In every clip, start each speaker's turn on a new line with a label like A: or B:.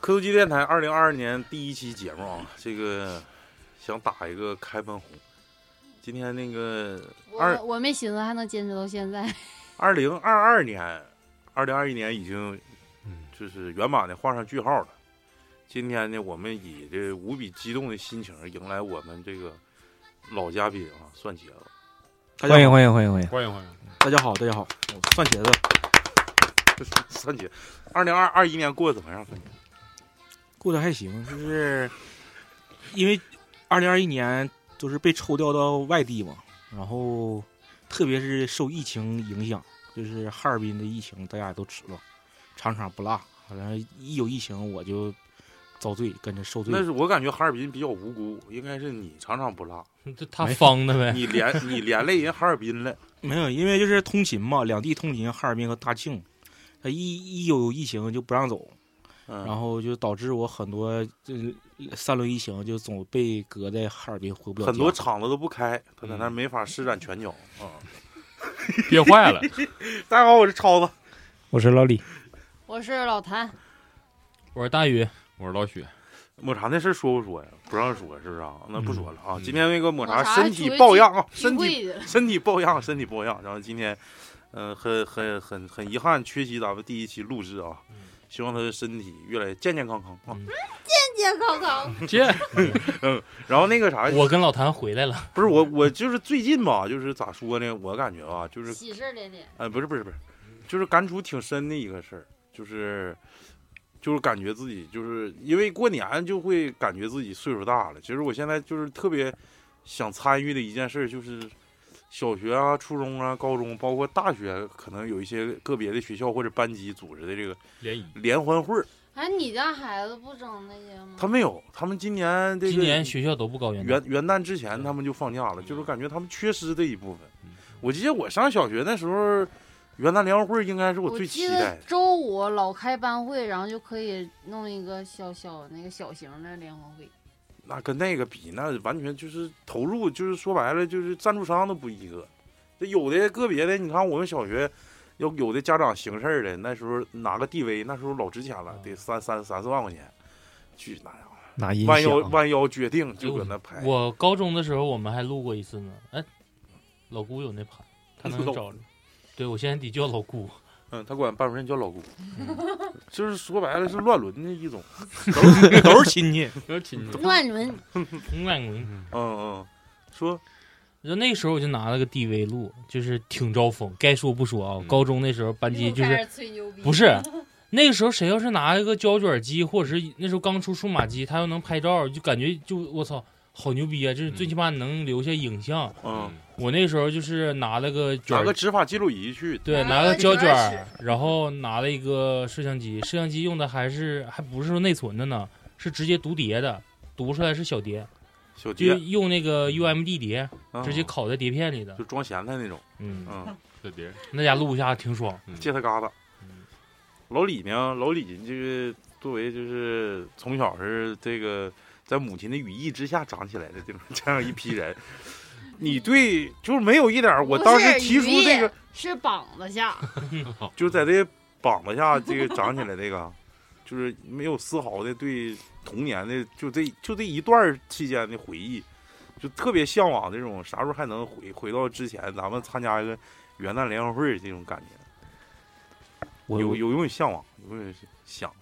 A: 科技电台二零二二年第一期节目啊，这个想打一个开门红。今天那个二
B: 我我没寻思还能坚持到现在，
A: 二零二二年，二零二一年已经
C: 嗯
A: 就是圆满的画上句号了。今天呢，我们以这无比激动的心情迎来我们这个老嘉宾啊，蒜茄子。
C: 大
D: 欢
C: 家
D: 迎
C: 好，
D: 欢迎欢迎欢迎！
C: 欢迎欢迎，大家好，大家好，我蒜茄子，
A: 蒜茄，二零二二一年过得怎么样？蒜茄
C: 过得还行，就是因为二零二一年就是被抽调到外地嘛，然后特别是受疫情影响，就是哈尔滨的疫情大家也都知道，场场不落，好像一有疫情我就遭罪，跟着受罪
A: 那。是我感觉哈尔滨比较无辜，应该是你常常不落，
D: 这他方 的呗，
A: 你连你连累人哈尔滨了。
C: 没有，因为就是通勤嘛，两地通勤，哈尔滨和大庆，他一一有疫情就不让走，
A: 嗯，
C: 然后就导致我很多这三轮疫情就总被隔在哈尔滨回不了家。
A: 很多厂子都不开，他在那儿没法施展拳脚啊。
D: 憋坏了。
A: 大家好，我是超子。
D: 我是老李，
B: 我是老谭，
E: 我是大宇，我是老许，
A: 抹茶那事儿说不说呀？不让说是不是啊？那不说了啊！
E: 嗯
A: 今天那个抹茶
B: 抹茶
A: 身体
B: 出去
A: 抱恙啊，
B: 聚
A: 身体
B: 会去了，
A: 身体抱恙， 身体抱恙。然后今天，嗯，很很很很遗憾，缺席咱们第一期录制啊。希望他的身体越来越健健康康啊。
B: 健健康 康。
E: 这
A: 然后那个啥，
D: 我跟老谭回来了，
A: 不是我我就是最近吧，就是咋说呢？我感觉啊，就是
B: 喜事连连，
A: 呃，不是不是不是，就是感触挺深的一个事儿，就是就是感觉自己就是因为过年就会感觉自己岁数大了。其实我现在就是特别想参与的一件事，就是小学啊、初中啊、高中，包括大学，可能有一些个别的学校或者班级组织的这个
E: 联谊。
A: 联欢会儿，
B: 哎，你家孩子不整那些吗？
A: 他没有，他们今年这个
D: 今年学校都不高原
A: 元元旦之前他们就放假了，就是感觉他们缺失这一部分。我记得我上小学那时候，元旦联欢会儿应该是我
B: 我
A: 最期
B: 记
A: 待
B: 得
A: 的。
B: 周五老开班会，然后就可以弄一个小小那个小型的联欢会。
A: 那跟那个比，那完全就是投入，就是说白了，就是赞助商都不一个。这有的个别的，你看我们小学，有有的家长行事儿的，那时候拿个 DV，那时候老值钱了，得三三三四万块钱，去那家伙
D: 拿音
A: 弯 腰弯腰决定就搁那拍。
D: 哎我高中的时候我们还录过一次呢。哎，老姑有那盘，他能
A: 老
D: 找着。对，我现在得叫老姑。
A: 嗯，他管班主任叫老姑，
D: 嗯
A: 就是说白了是乱伦的一 种，都是都是亲戚。
E: 有点亲戚，
B: 乱伦，
A: 啊
D: 嗯，
A: 嗯嗯，说
D: 就那时候我就拿了个 DV 录，就是挺招风，该说不说啊
E: 嗯。
D: 高中那时候班级就
B: 又开
D: 是
B: 始吹牛逼
D: 不是。那个时候谁要是拿一个胶卷机，或者是那时候刚出数码机，他要能拍照，就感觉就我操，好牛逼啊！就是最起码能留下影像。
A: 嗯，
D: 我那时候就是拿了个卷
A: 拿
D: 儿
A: 个执法记录仪去，
D: 对，
B: 拿
D: 拿
B: 个
D: 个胶
B: 卷
D: 卷
B: 儿
D: 儿，然后拿了一个摄像机，摄像机用的还是还不是说内存的呢，是直接读碟的，读出来是小碟，
A: 小
D: 就
A: 爹
D: 用那个 UMD 碟
A: 嗯
D: 直接拷在碟片里的
A: 就。装咸菜那种。
D: 嗯，
A: 嗯。
E: 这碟儿
D: 那家录一下挺爽。
A: 借他疙瘩
D: 嗯。
A: 老李呢？老李这个作为就是从小是这个在母亲的羽翼之下长起来的这种这样一批 人，你对就是没有一点儿，我当时提出这个，
B: 是膀子下，
A: 就是在这膀子下这个长起来这个， 就是没有丝毫的对童年的就这就这一段儿期间的回忆，就特别向往这种啥时候还能回回到之前咱们参加一个元旦联欢会儿这种感觉。
F: 我
A: 有有永远向往，有永远想。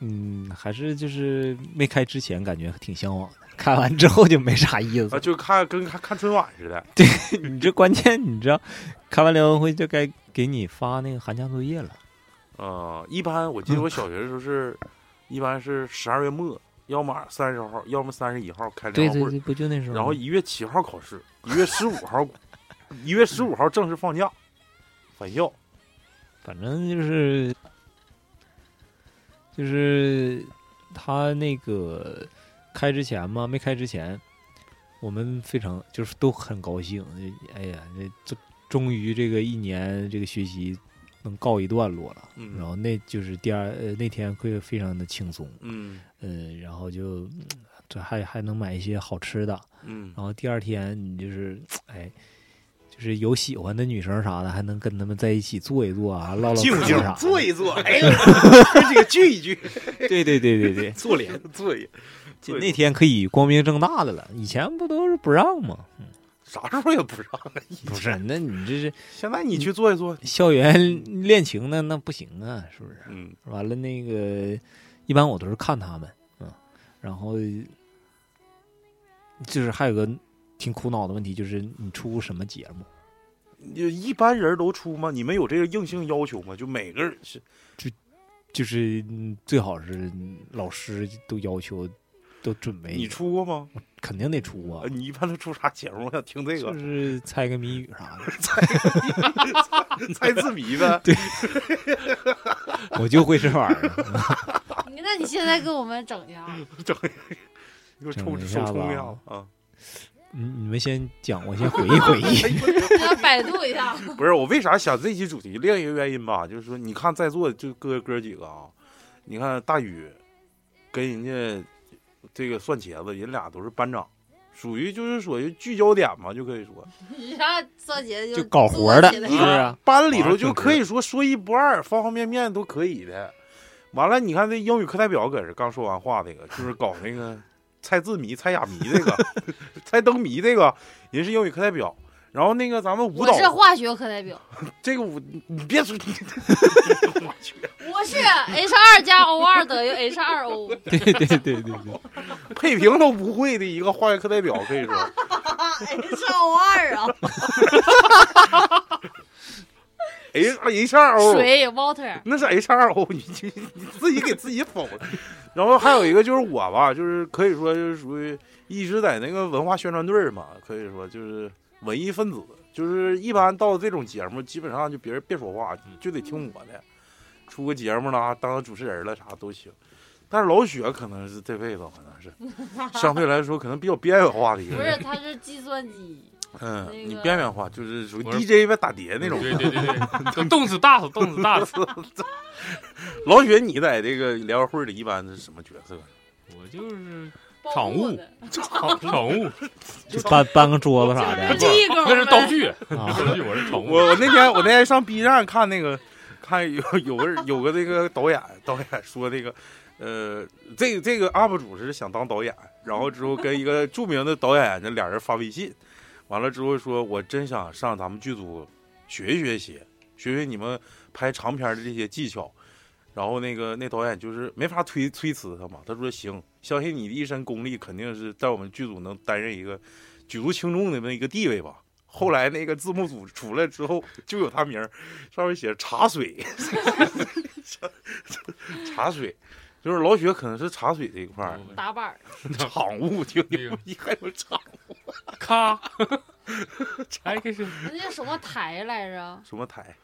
F: 嗯，还是就是没开之前感觉挺向往的，开完之后就没啥意思
A: 啊，。就看跟看看春晚似的。
F: 你这关键你知道，开完联欢会就该给你发那个寒假作业了。
A: 呃，一般我记得我小学的时候是，一般是十二月末，要么三十号，要么三十一号开联欢会儿，
F: 不就那时
A: 然后一月七号考试，一月十五号，一月十五号正式放假，返校。
F: 反正就是就是他那个开之前嘛，没开之前，我们非常就是都很高兴。哎呀，这这终于这个一年这个学习能告一段落了。
A: 嗯
F: 然后那就是第二呃那天会非常的轻松，
A: 嗯
F: 嗯，然后就嗯这还还能买一些好吃的，
A: 嗯
F: 然后第二天你就是哎，就是有喜欢的女生啥的，还能跟他们在一起坐一坐啊，唠唠
G: 静
F: 嗑
G: 静
F: 啥的。
G: 坐一 坐，哎呀，跟这个聚一 聚，
F: 对对对对对，
G: 坐脸坐一坐一
F: 那天可以光明正大的了，以前不都是不让吗？
A: 啥时候也不让。
F: 不是，那你这是
A: 现在你去坐一坐，
F: 校园恋情那那不行啊，是不是？
A: 嗯，
F: 完了那个，一般我都是看他们，嗯，然后就是还有个挺苦恼的问题，就是你出什么节目？
A: 你嗯一般人都出吗？你们有这个硬性要求吗？就每个人是
F: 就是嗯最好是老师都要求都准备，
A: 你出过吗？
F: 肯定得出啊
A: 呃，你一般都出啥节目？我想听这
F: 就
A: 个，
F: 是猜个谜语啥的，
A: 猜字谜 呗。
F: 我就会这玩意儿，
B: 你那你现在给我们整一下，
A: 给我
F: 整
A: 抽
F: 一
A: 手
F: 下
A: 冲
F: 吧
A: 一下子啊！
F: 你你们先讲，我先回忆 回忆。
B: 给他百度一下。
A: 不是我为啥想这期主题？另一个原因吧，就是说，你看在座就哥哥几个啊，你看大宇跟人家这个蒜茄子，人俩都是班长，属于就是属于聚焦点嘛，就可以说
B: 一下赵姐
F: 就搞活儿的
B: 坐起来
F: 是啊，
A: 班里头就可以说说一不二，方方面面都可以的。完了，你看这英语课代表搁这刚说完话，那个就是搞那个猜字谜、猜哑谜这个， 猜灯谜这个，人是英语课代表。然后那个咱们舞
B: 我
A: 蹈
B: 是化学课代表，
A: 这个舞，你你别说，
B: 我是 H 二加 O 二等于 H 二 O，
F: 对对对对对，
A: 配平都不会的一个化学课代表，可以说。
B: H O 二啊，
A: H 哎 H 二 O，
B: 水 water，
A: 那是 H 二 O，你 你你自己给自己否了。然后还有一个就是我吧，就是可以说就是属于一直在那个文化宣传队儿嘛，可以说就是文艺分子，就是一般到这种节目，基本上就别人别说话，就得听我的，出个节目啦，当个主持人了啥都行。但是老雪可能是这辈子可能是相对来说可能比较边缘化的一个
B: 不是
A: 人，，
B: 它是计算机，
A: 嗯，
B: 那
A: 你
B: 个
A: 边缘化就是属于
E: 我是
A: DJ 呗打碟那种。
E: 对对对 对，就动次大次，动次大次。
A: 老雪，你在这个联欢会里一般是什么角色？
E: 我就是
B: 包
E: 场
B: 括
E: 务
B: 的
E: 场场务，
F: 就搬搬个桌子啥
B: 就是
F: 的
B: 立功
E: 那是道具，
F: 啊
E: 那。是道具，我是场务。
A: 我我那天我那天上 B 站看那个，看有有个有个这个导演导演说这个，呃，这个这个 UP 主是想当导演，然后之后跟一个著名的导演这俩人发微信，完了之后说我真想上咱们剧组学一学习，学学你们拍长片的这些技巧。然后那个那导演就是没法推推辞他嘛，他说行，相信你的一身功力肯定是在我们剧组能担任一个举足轻重的那么一个地位吧。后来那个字幕组出来之后，就有他名儿，上面写着茶 水，茶水，就是老雪可能是茶水这一块
E: 哦
A: 儿，
B: 打板儿，
A: 场务挺牛逼，还有 场
E: 咔，哎，这是
B: 那叫什么台来着？
A: 什么台
E: 哎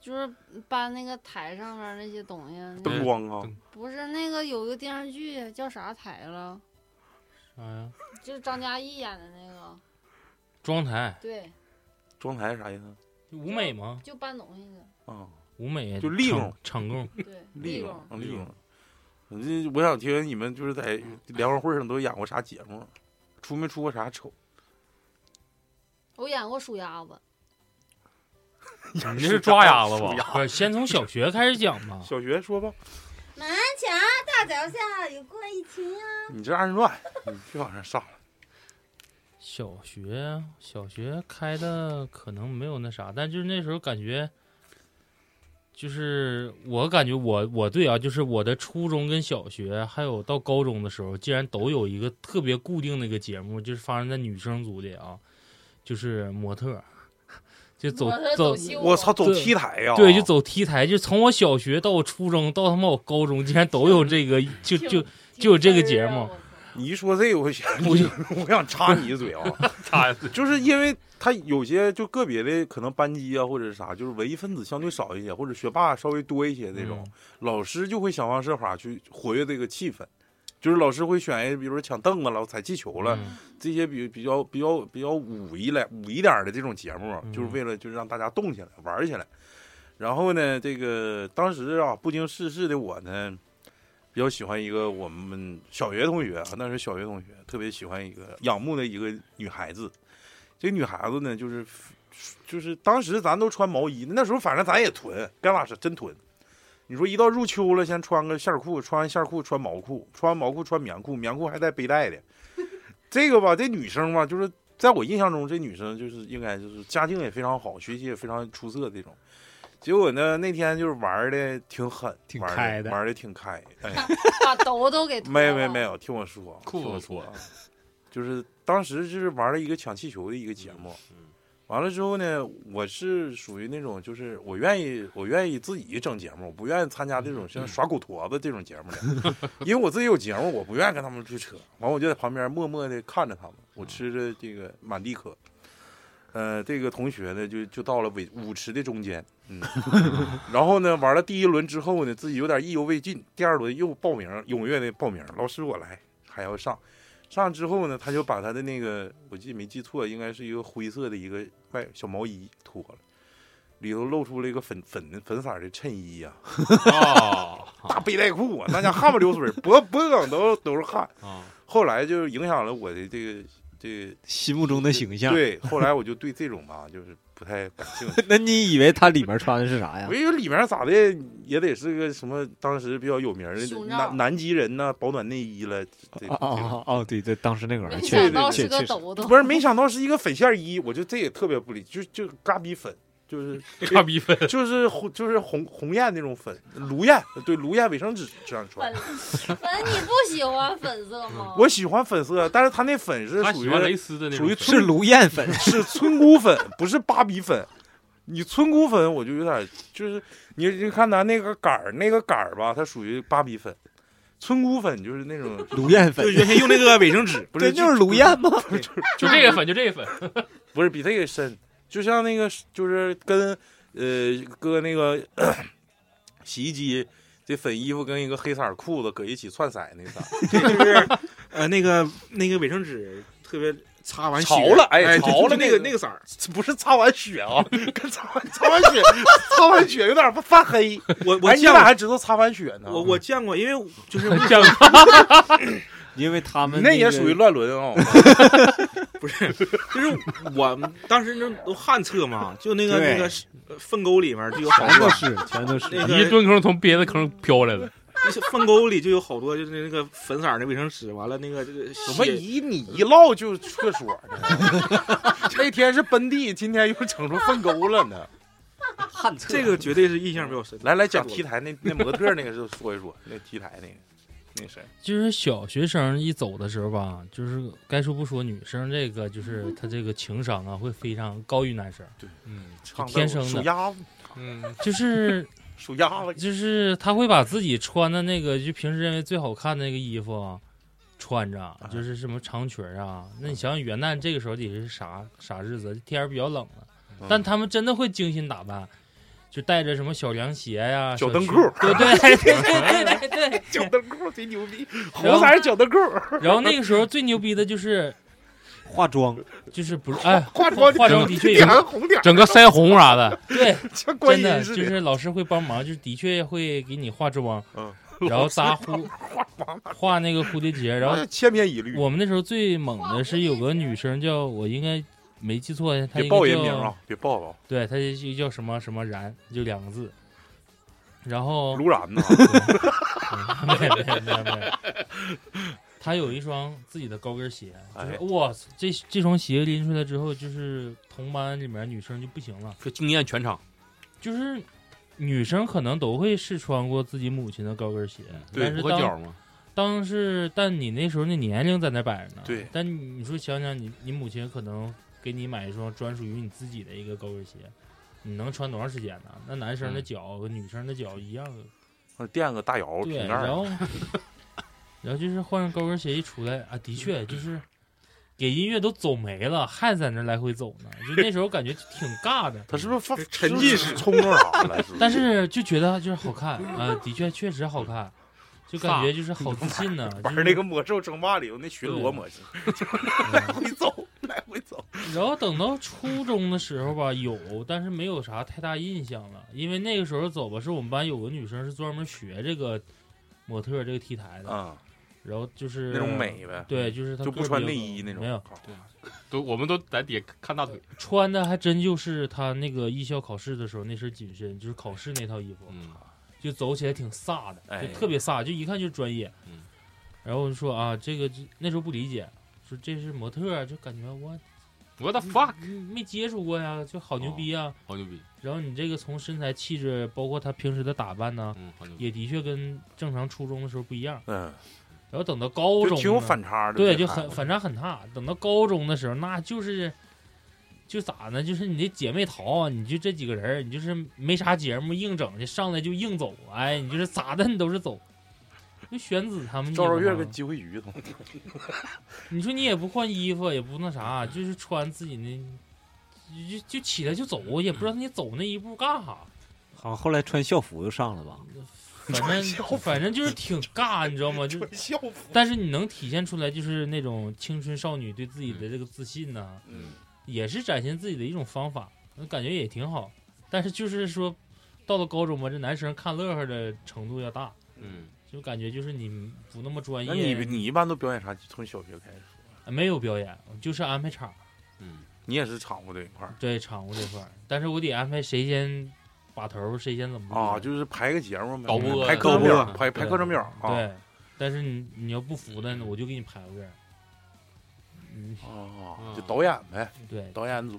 B: 就是搬那个台上面那些东西，
A: 灯光啊，
B: 不是那个有一个电视剧叫啥台了？
D: 啥哎呀？
B: 就是张嘉译演的那个，
D: 妆台
B: 对，
A: 装台是啥意思
D: 舞美吗？
B: 就搬东西的，
A: 啊？
D: 舞美
A: 就利用
D: 场场工，
B: 对，
A: 利
B: 立
A: 用
B: 功，
A: 利用。嗯我想听你们就是在联欢会上都演过啥节目，出没出过啥丑？
B: 我演过数鸭子，
E: 你这是抓鸭子
A: 属。
E: 吧？
D: 不是先从小学开始讲吧
A: 小学说吧，
B: 南墙大桥下有过一啊群鸭。
A: 你这二人转，你别往上上了。
D: 小学小学开的可能没有那啥，但就是那时候感觉，就是我感觉我我对啊，就是我的初中跟小学，还有到高中的时候，竟然都有一个特别固定的一个节目，就是发生在女生组里啊，就是模特儿，就走
B: 模特儿
D: 走
B: 走秀
A: 我操，走
D: 对
A: T 台呀！啊
D: 对，就走 T 台，就从我小学到我初中到他妈我高中，竟然都有这个，就就就这个节目，
A: 你一说这个，我想我就 我想插你一嘴 啊，
E: 他
A: 就是因为他有些就个别的可能班级啊或者是啥，就是文艺分子相对少一些，或者学霸稍微多一些那种，老师就会想方设法去活跃这个气氛，就是老师会选一，哎比如说抢凳子了、踩气球了、
D: 嗯
A: 这些比比较比较比较武艺来武艺点儿的这种节目，啊
D: 嗯
A: 就是为了就是让大家动起来玩儿起来。然后呢，这个当时啊不经世事的我呢，比较喜欢一个我们小学同学啊，那是小学同学，特别喜欢一个仰慕的一个女孩子，这女孩子呢，就是就是当时咱都穿毛衣，那时候反正咱也囤，该咋是真囤。你说一到入秋了，先穿个线裤，穿完线裤穿毛裤，穿完毛裤穿棉裤，棉裤还带背带的。这个吧，这女生吧，就是在我印象中，这女生就是应该就是家境也非常好，学习也非常出色这种。结果呢，那天就是玩的挺狠，
F: 挺
A: 玩
F: 开
A: 的，
F: 的
A: 玩的挺开。哎，
B: 把兜兜给脱
A: 没没
B: 了
A: 没有，听我说，
E: 裤子
A: 听我说
E: 脱
A: 啊， 就是当时就是玩了一个抢气球的一个节目，完了之后呢，我是属于那种就是我愿意我愿意自己整节目，我不愿意参加这种像耍狗驼子这种节目的，因为我自己有节目，我不愿意跟他们去扯，完我就在旁边默默的看着他们，我吃着这个满地可。呃，这个同学呢，就就到了尾舞池的中间，嗯，然后呢，玩了第一轮之后呢，自己有点意犹未尽，第二轮又报名，踊跃的报名，老师我来，还要上。上之后呢，他就把他的那个，我记没记错，应该是一个灰色的一个外小毛衣脱了，里头露出了一个粉粉粉色的衬衣呀、
F: 哦
E: 啊
A: 大背带裤啊，那家汗不流水，脖脖梗都都是汗。
F: 哦
E: 啊！
A: 后来就影响了我的这个这个
F: 心目中的形象。，
A: 对，后来我就对这种吧，就是不太感兴趣。
F: 那你以为他里面穿的是啥
E: 啊
F: 呀
A: 我？以为里面咋的也得是个什么，当时比较有名的
B: 胸罩
A: 南南极人呐、保暖内衣了，这
E: 啊
F: 哦哦哦哦，对对，当时那个玩意儿
B: 没
F: 确
B: 想
F: 实
B: 到
F: 确
B: 是
F: 确
B: 个
F: 实，
B: 兜兜，
A: 不是没想到是一个粉线衣，我就这也特别不理，就就嘎逼粉， 就是
E: 看逼分，
A: 就是红就是红红艳那种粉，卢艳对卢艳卫生纸这样穿
B: 粉。 粉你不喜欢粉色吗？
A: 我喜欢粉色，但是他那粉是
E: 他
A: 属
E: 喜欢蕾
A: 于
E: 丝的那种
A: 属于
E: 粉，
A: 村
F: 卢 燕粉
A: 是村姑粉，不是芭比粉。你村姑粉我就有点就是你你看咱那个杆儿那个杆儿吧，它属于芭比粉，村姑粉就是那种，
F: 卢燕粉
C: 就，原先用那个卫生纸
A: 不是
F: 对就是卢燕吗？
E: 就这个粉，就这个粉，
A: 不是比这个深，就像那个就是跟呃搁那个咳洗衣机这粉衣服跟一个黑色儿裤子搁一起串色那个色儿，
C: 就是呃那个那个卫生纸特别擦完血
A: 潮了哎
C: 哎，就
A: 潮了
C: 就那个
A: 那个
C: 那个色儿。
A: 不是擦完血 啊，跟擦完擦完血擦完血有点发黑。
C: 我我
A: 哎，你
C: 见
A: 俩
C: 过，
A: 还知道擦完血呢？啊
C: 我我见过，因为就是
E: 像
F: 因为他们
A: 那也属于
F: 个
A: 乱伦啊、
C: 就是 我们当时那都旱厕嘛，就那个
F: 对
C: 那个是呃粪沟里面就有好
F: 全都
C: 多，
F: 是全都是
C: 那
E: 你一
C: 个
E: 蹲坑从别的坑飘来的，
C: 就是粪沟里就有好多就是那个粉色儿的卫生纸，完了那个这个
A: 怎么
C: 血
A: 以你一唠就厕所呢？ 那天是奔地，今天又整出粪沟了呢。
F: 旱厕
C: 这个绝对是印象比较深。
A: 来来讲嗯 T 台那那模特那个是说一说，那 T 台那个那谁？
D: 就是小学生一走的时候吧，就是该说不说，女生这个就是她这个情商啊，会非常高于男生。
E: 嗯
A: 唱的
D: 天生的
A: 数鸭子，
E: 嗯，
D: 就是。
A: 数鸭子
D: 就是她会把自己穿的那个，就平时认为最好看的那个衣服啊穿着，
A: 啊
D: 就是什么长裙啊。那你想想元旦这个时候得是啥啥日子？天儿比较冷了，
A: 嗯
D: 但他们真的会精心打扮。就带着什么小凉鞋呀、
A: 小
D: 小
A: 灯
D: 裙
A: 裤
D: 对对对对对对，
A: 脚蹬裤贼牛逼，
D: 然
A: 红
D: 后
A: 色儿脚蹬裤，
D: 然后那个时候最牛逼的就是
F: 化妆，
D: 就是不是哎，
A: 化妆
D: 化妆的确有
A: 点个红点儿，
E: 整个腮红 啥的，
D: 对，
A: 像观
D: 真
A: 音
D: 的
A: 似
D: 就
A: 的。
D: 是老师会帮忙，就是的确会给你化妆，
A: 嗯
D: 然后扎蝴画那个蝴蝶结，然后
A: 哎千篇一律，
D: 我们那时候最猛的是有个女生叫我应该没记错，她
A: 别
D: 应该
A: 报人
D: 叫
A: 名啊，别报啊，
D: 对，她就叫什么什么然，就两个字，然后嗯
A: 卢然呐，
D: 没有没有没有没有，他有一双自己的高跟鞋，就是
A: 哎
D: 哇塞，这这双鞋拎出来之后，就是同班里面女生就不行了，
E: 就惊艳全场。
D: 就是女生可能都会试穿过自己母亲的高跟鞋，
A: 对
D: 但是
E: 不过
D: 当
E: 脚嘛，
D: 当是但你那时候那年龄在那摆着呢，
A: 对
D: 但你说想想你你母亲可能给你买一双专属于你自己的一个高跟鞋。你能穿多长时间呢？那男生的
E: 嗯
D: 脚和女生的脚一样，
A: 垫呃个哦大摇
D: 对，
A: 瓶盖
D: 然
A: 儿，
D: 后 然后就是换上高跟鞋一出来啊，
A: ，
D: 的确就是给音乐都走没了，还在那儿来回走呢。就那时候感觉就挺尬的
A: 他是不是发
C: 沉浸式
A: 是不是冲着啥 了？
D: 但
A: 是
D: 是就觉得就是好看
A: 嗯
D: 啊、的确确实好看，就感觉就是好自信呢、
A: 不
D: 就是嗯
A: 玩那个魔兽争霸里头那巡逻模式，来回走，来回走，
D: 然后等到初中的时候吧，有，但是没有啥太大印象了，因为那个时候走吧，是我们班有个女生是专门学这个模特这个 T 台的，
A: 啊，
D: 然后就是
A: 那种美呗，
D: 对，就是她
A: 就
D: 个
A: 不
D: 儿
A: 穿
D: 比较
A: 内
D: 高
A: 衣那种，
D: 没有。
E: 都我们都在底下看大腿，
D: 穿的还真就是他那个艺校考试的时候那身紧身，就是考试那套衣服，
E: 嗯，
D: 就走起来挺飒的，
E: 哎
D: 就特别飒，就一看就是专业。
E: 嗯
D: 然后我就说啊，这个那时候不理解，说这是模特儿，啊就感觉我
E: 我的 fuck，哦
D: 没接触过呀，就好牛逼呀。
E: 好牛逼，
D: 然后你这个从身材气质，包括他平时的打扮呢，
E: 嗯，好牛逼，
D: 也的确跟正常初中的时候不一样。
A: 嗯，
D: 然后等到高
A: 就
D: 中呢，
A: 挺有反差的，
D: 对，
A: 这
D: 就
A: 孩
D: 很
A: 子
D: 反差很大。等到高中的时候，那就是就咋呢？就是你这姐妹淘啊，你就这几个人儿，你就是没啥节目硬整去，上来就硬走，哎，你就是咋的你都是走。就玄子他们，
A: 赵昭
D: 你知
A: 月
D: 道吗
A: 跟机会鱼同，
D: 你说你也不换衣服，也不那啥，就是穿自己那，就就起来就走，也不知道你走那一步干啥。
F: 好，后来穿校服就上了吧？
D: 反正反正就是挺尬，你知道吗？ 就
A: 校服，
D: 但是你能体现出来，就是那种青春少女对自己的这个自信呐、
A: 嗯，
D: 也是展现自己的一种方法，那感觉也挺好。但是就是说，到了高中嘛，这男生看乐呵的程度要大，
E: 嗯，
D: 就感觉就是你不那么专业。
A: 那你你一般都表演啥？从小学开始，
D: 没有表演，就是安排场，
E: 嗯，
A: 你也是场务这一块儿
D: 对场务这块儿。但是我得安排谁先把头，谁先怎么地
A: 啊，就是排个节目嘛，
E: 导播
A: 排
E: 导
A: 课程表，
E: 播
A: 排排课程表啊，
D: 对。但是你你要不服的，我就给你排个人。嗯，
A: 啊，就导演呗，
D: 对，
A: 导演组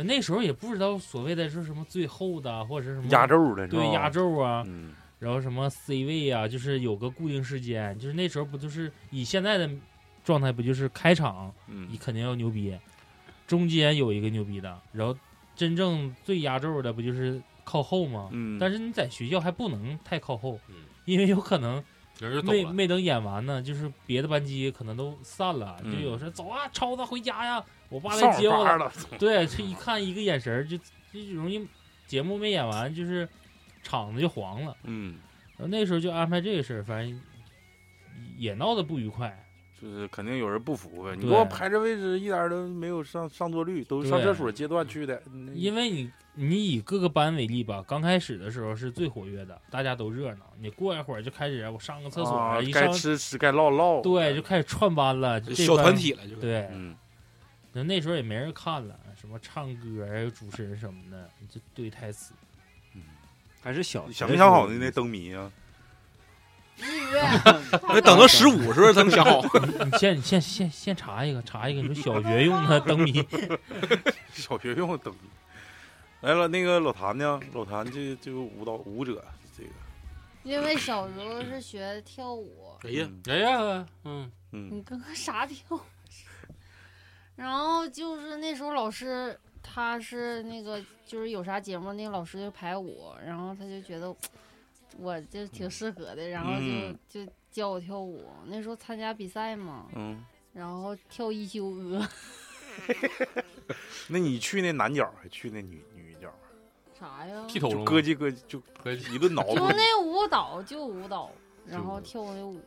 D: 那时候也不知道所谓的说什么最后的啊或者是什么
A: 压，轴的是吧？
D: 对压，轴啊，
A: 嗯，
D: 然后什么 C 位啊，就是有个固定时间，就是那时候不就是以现在的状态，不就是开场你
A: 嗯，
D: 肯定要牛逼，中间有一个牛逼的，然后真正最压轴的不就是靠后吗？
A: 嗯，
D: 但
A: 是
D: 是你在学校还不能太靠后，
E: 嗯
D: 因为有可能
E: 人就走
D: 没
E: 了，
D: 没等演完呢，就是别的班级可能都散了，
A: 嗯
D: 就有时候走啊，超子回家呀，我爸
A: 上
D: 来接我
A: 班
D: 了。
A: 了，
D: 对，这一看一个眼神儿就就容易节目没演完，就是场子就黄了。
A: 嗯，
D: 然后那时候就安排这个事儿，反正也闹得不愉快。
A: 就是肯定有人不服呗，你
D: 对
A: 给我排这位置一点儿都没有上上座率，都上
D: 对
A: 厕所阶段去的，那
D: 因为你你以各个班为例吧，刚开始的时候是最活跃的，大家都热闹。你过一会儿就开始我上个厕所，
A: 啊
D: 一
A: 该
D: 上
A: 吃吃该唠唠，
D: 对就开始串班了，这
E: 小
D: 班
E: 团。体了，就是，
D: 对，
A: 嗯，
D: 那那时候也没人看了，什么唱歌呀、有主持人什么的，就对台词。
F: 还是小
A: 你
F: 学
A: 想没想好呢？
F: 的时候
A: 那灯谜啊？
E: 那等到十五是不是才能想好？
D: 你先先先先查一个，查一个，你说小学用的灯谜，
A: 小学用的灯谜。来了，那个老谭呢？老谭这这个舞蹈舞者，这个
B: 因为小时候是学跳舞，
E: 哎呀，哎呀， 嗯，
A: 嗯
B: 你跟个啥跳舞似的？然后就是那时候老师他是那个就是有啥节目，那个老师就排舞，然后他就觉得我就挺适合的，然后
A: 嗯
B: 就就教我跳舞。那时候参加比赛嘛，
A: 嗯，
B: 然后跳一休歌
A: 那你去那男角还去那女女角？
B: 啥呀？
E: 剃头
A: 就
E: 了
A: 咯
E: 吗，
A: 叽咯叽就
E: 哥几
A: 一顿挠
B: 就
A: 挠。
B: 那舞蹈就舞蹈，然后跳那舞。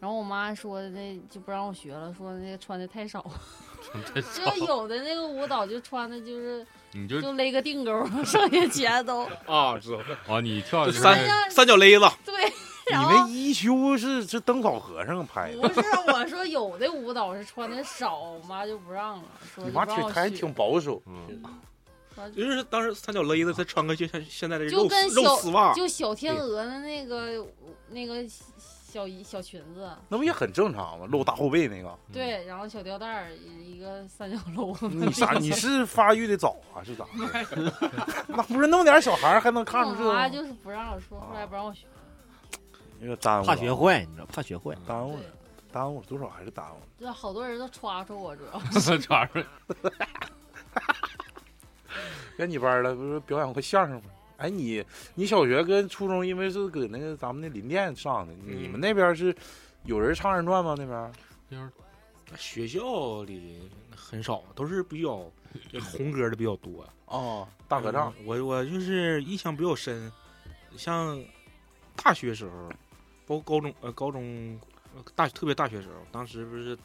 B: 然后我妈说那就不让我学了，说那穿的太少，
E: 真
B: 就
E: 操，
B: 有的那个舞蹈就穿的就是
E: 你就
B: 就勒个腚钩， 剩下全都
G: 啊， 知道了，
E: 啊，你跳
G: 就
E: 就是
G: 三三角勒子，
B: 对，
A: 你
B: 然
A: 那
B: 后
A: 一休是是灯草和尚拍的，
B: 不是我说有的舞蹈是穿的少，我妈就不让了，说
A: 你
B: 就
A: 妈
B: 不
A: 挺
B: 让我
A: 还
B: 学
A: 挺保守。
E: 嗯，
B: 说
C: 就是当时三角勒子，再穿个就像现在的
B: 就
C: 肉
B: 跟
C: 肉丝袜，
B: 就小天鹅的那个那个小小小裙子，
A: 那不也很正常吗？露大后背那 个，
E: 嗯
B: 对，然后小吊带儿一个三角 楼，
A: 你啥？你是发育的早啊？是咋的？ 那不是那么点小孩儿还能看啊出
B: 我哦妈
A: 这
B: 就是不让我说，后来不让我学，
A: 个？耽误
F: 怕学
A: 了，
F: 坏，你知道，怕学坏。
A: 耽误
B: 对
A: 了，，耽误了多少还是耽误了。
B: 就好多人都歘着我，主要
E: 啥事
A: 跟你班儿了，不是表演过相声吗？哎，你你小学跟初中因为是搁那个咱们那林甸上的，你们那边儿是有人唱二人转吗？那边儿
C: 学校里很少，都是比较红歌的比较多。
A: 哦，大合唱，
C: 嗯我我就是印象比较深，像大学时候，包括高中呃高中呃大特别大学时候，当时不是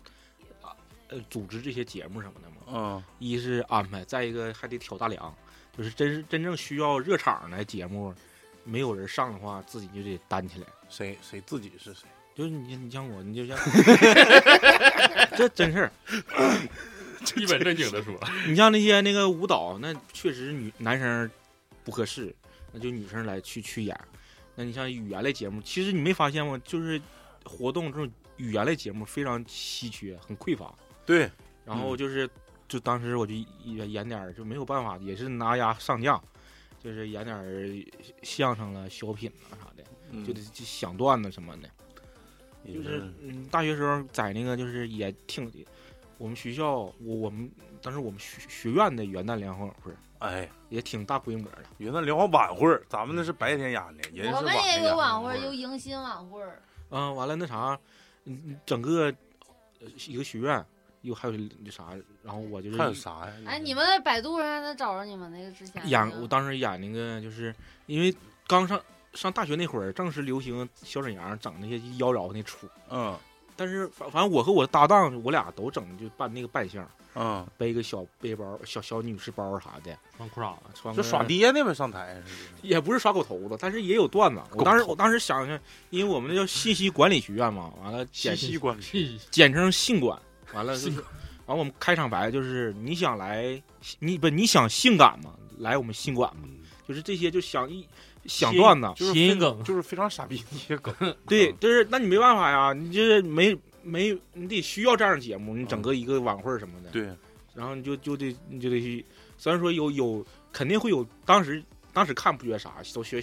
C: 啊呃组织这些节目什么的嘛，
A: 嗯
C: 一是安排，再一个还得挑大梁，就是真是真正需要热场的节目，没有人上的话，自己就得担起来。
A: 谁谁自己是谁？
C: 就是你，你像我，你就像，这真事儿。
E: 一本正经的说，
C: 你像那些那个舞蹈，那确实女男生不合适，那就女生来去去演。那你像语言类节目，其实你没发现吗？就是活动这种语言类节目非常稀缺，很匮乏。
A: 对，
C: 然后就是，就当时我就演演点儿，就没有办法，也是拿压上将，就是演点儿相声了、小品了啥的，
A: 嗯
C: 就得就想段子什么的。
A: 也
C: 就是嗯，大学时候在那个就是也挺，我们学校我我们当时我们学学院的元旦联欢晚会
A: 哎，
C: 也挺大规模的，
A: 原来聊好晚会儿，咱们那是白天演的，人
B: 我
A: 是
B: 们
A: 上
B: 也有
A: 演
B: 晚
A: 的
B: 会儿，有迎新晚会儿，
C: 嗯，完了那啥，嗯整个呃一个学院又还有那啥，然后我就是
A: 还有啥呀？
B: 哎，你们在百度上还能找着你们那个之前
C: 演
B: 的，
C: 我当时演那个就是因为刚上上大学那会儿正是流行小沈阳整那些妖娆那出，
A: 嗯
C: 但是反反正我和我搭档我俩都整就扮那个扮相，
A: 嗯，
C: 背个小背包、小小女士包啥的，啊
E: 穿裤衩
C: 穿
A: 就
C: 个
A: 耍爹呢呗，上台是不是
C: 也不是耍狗头子，但是也有段子。我当时我当时想想，因为我们那叫信息管理学院嘛，完了简
A: 息息关系。
E: 屁
C: 简称信管，完了就是，完我们开场白就是你想来你不你想性感吗？来我们信管吧，
A: 嗯
C: 就是这些就想一想
D: 谐
C: 段子，
A: 就是
D: 谐音
A: 非
D: 梗
A: 就是非常傻逼的一些梗。
C: 对，就是那你没办法呀，你就是没没你得需要这样的节目，你整个一个晚会儿什么的，
A: 对，
C: 然后你就就得你就得去，虽然说有有肯定会有当时。当时看不觉得啥，都学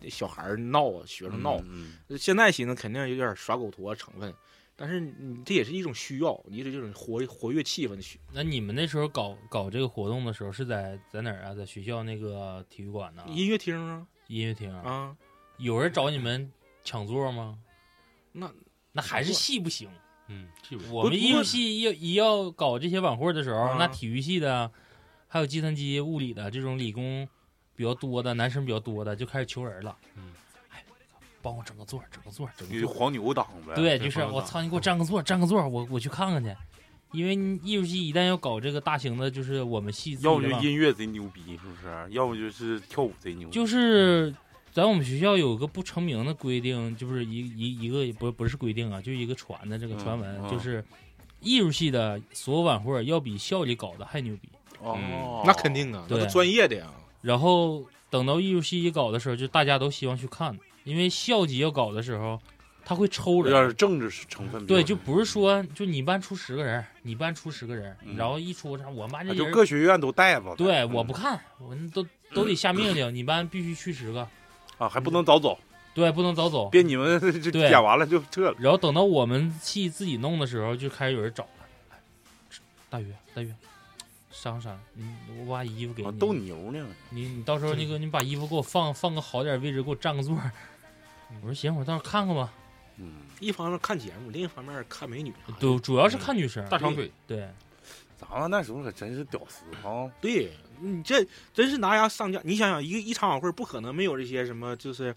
C: 呃小孩儿闹啊，学生闹，
A: 嗯
C: 现在寻思肯定有点耍狗驼啊成分，但是你这也是一种需要，你这种活活跃气氛的需
D: 那你们那时候搞搞这个活动的时候是在在哪儿啊？在学校那个体育馆呢？
C: 音乐厅啊
D: 音乐厅、
C: 啊，
D: 有人找你们抢座吗？
C: 那
D: 那还是戏不行。
E: 嗯，气味
D: 我们
C: 不
D: 艺术系一一要搞这些晚会的时候，
C: 啊
D: 那体育系的，还有计算机、物理的这种理工比较多的，男生比较多的，就开始求人了。
E: 嗯，
D: 哎，帮我整个座儿，整个座儿，整
A: 你
D: 个
A: 就
D: 座儿。
A: 黄牛党呗。
D: 对，
E: 对
D: 就是
E: 帮我
D: 我
E: 找
D: 操，你给我
A: 嗯
D: 占个座儿，占个座儿，我我去看看去。因为你艺术系一旦要搞这个大型的，就是我们系自己的
A: 要不就
D: 晚会
A: 音乐贼牛逼，是不是？要不就是跳舞贼牛逼。
D: 就是在我们学校有个不成名的规定，就是一一一个不不是规定啊，就是一个传的这个传闻，
A: 嗯嗯
D: 就是艺术系的所有晚会儿要比校里搞的还牛逼。嗯
A: 哦，
C: 那肯。定啊，那
D: 对
C: 都专业的呀，
D: 然后等到艺术系一搞的时候，就大家都希望去看，因为校级要搞的时候，他会抽
A: 有点
D: 人。
A: 儿政治成分比较
D: 对，
A: 重。
D: 就不是说就你班出十个人，你班出十个人，
A: 嗯
D: 然后一出啥，我们班这
A: 啊就
D: 人
A: 各学院都带吧。
D: 对，
A: 嗯
D: 我不看，我们都都得下命令，你班必须去十个，
A: 啊，还不能早走，
D: 对，不能早走，
A: 别你们这
D: 对
A: 演完了 就撤了。
D: 然后等到我们系自己弄的时候，就开始有人找了，哎大宇，大宇，商商，你我把衣服给
A: 啊
D: 你，
A: 斗牛呢，
D: 你你到时候那个你把衣服给我放放个好点位置，给我占个座儿。我说行，我到时候看看吧。
A: 嗯，
C: 一方面看节目，另一方面看美女啥啊的。
D: 对，主要是看女生，
E: 大长腿，
D: 对，
A: 咱们那时候可真是屌丝啊！
D: 嗯
C: 对你这真是拿牙上架，你想想，一个一场晚会不可能没有这些什么，就是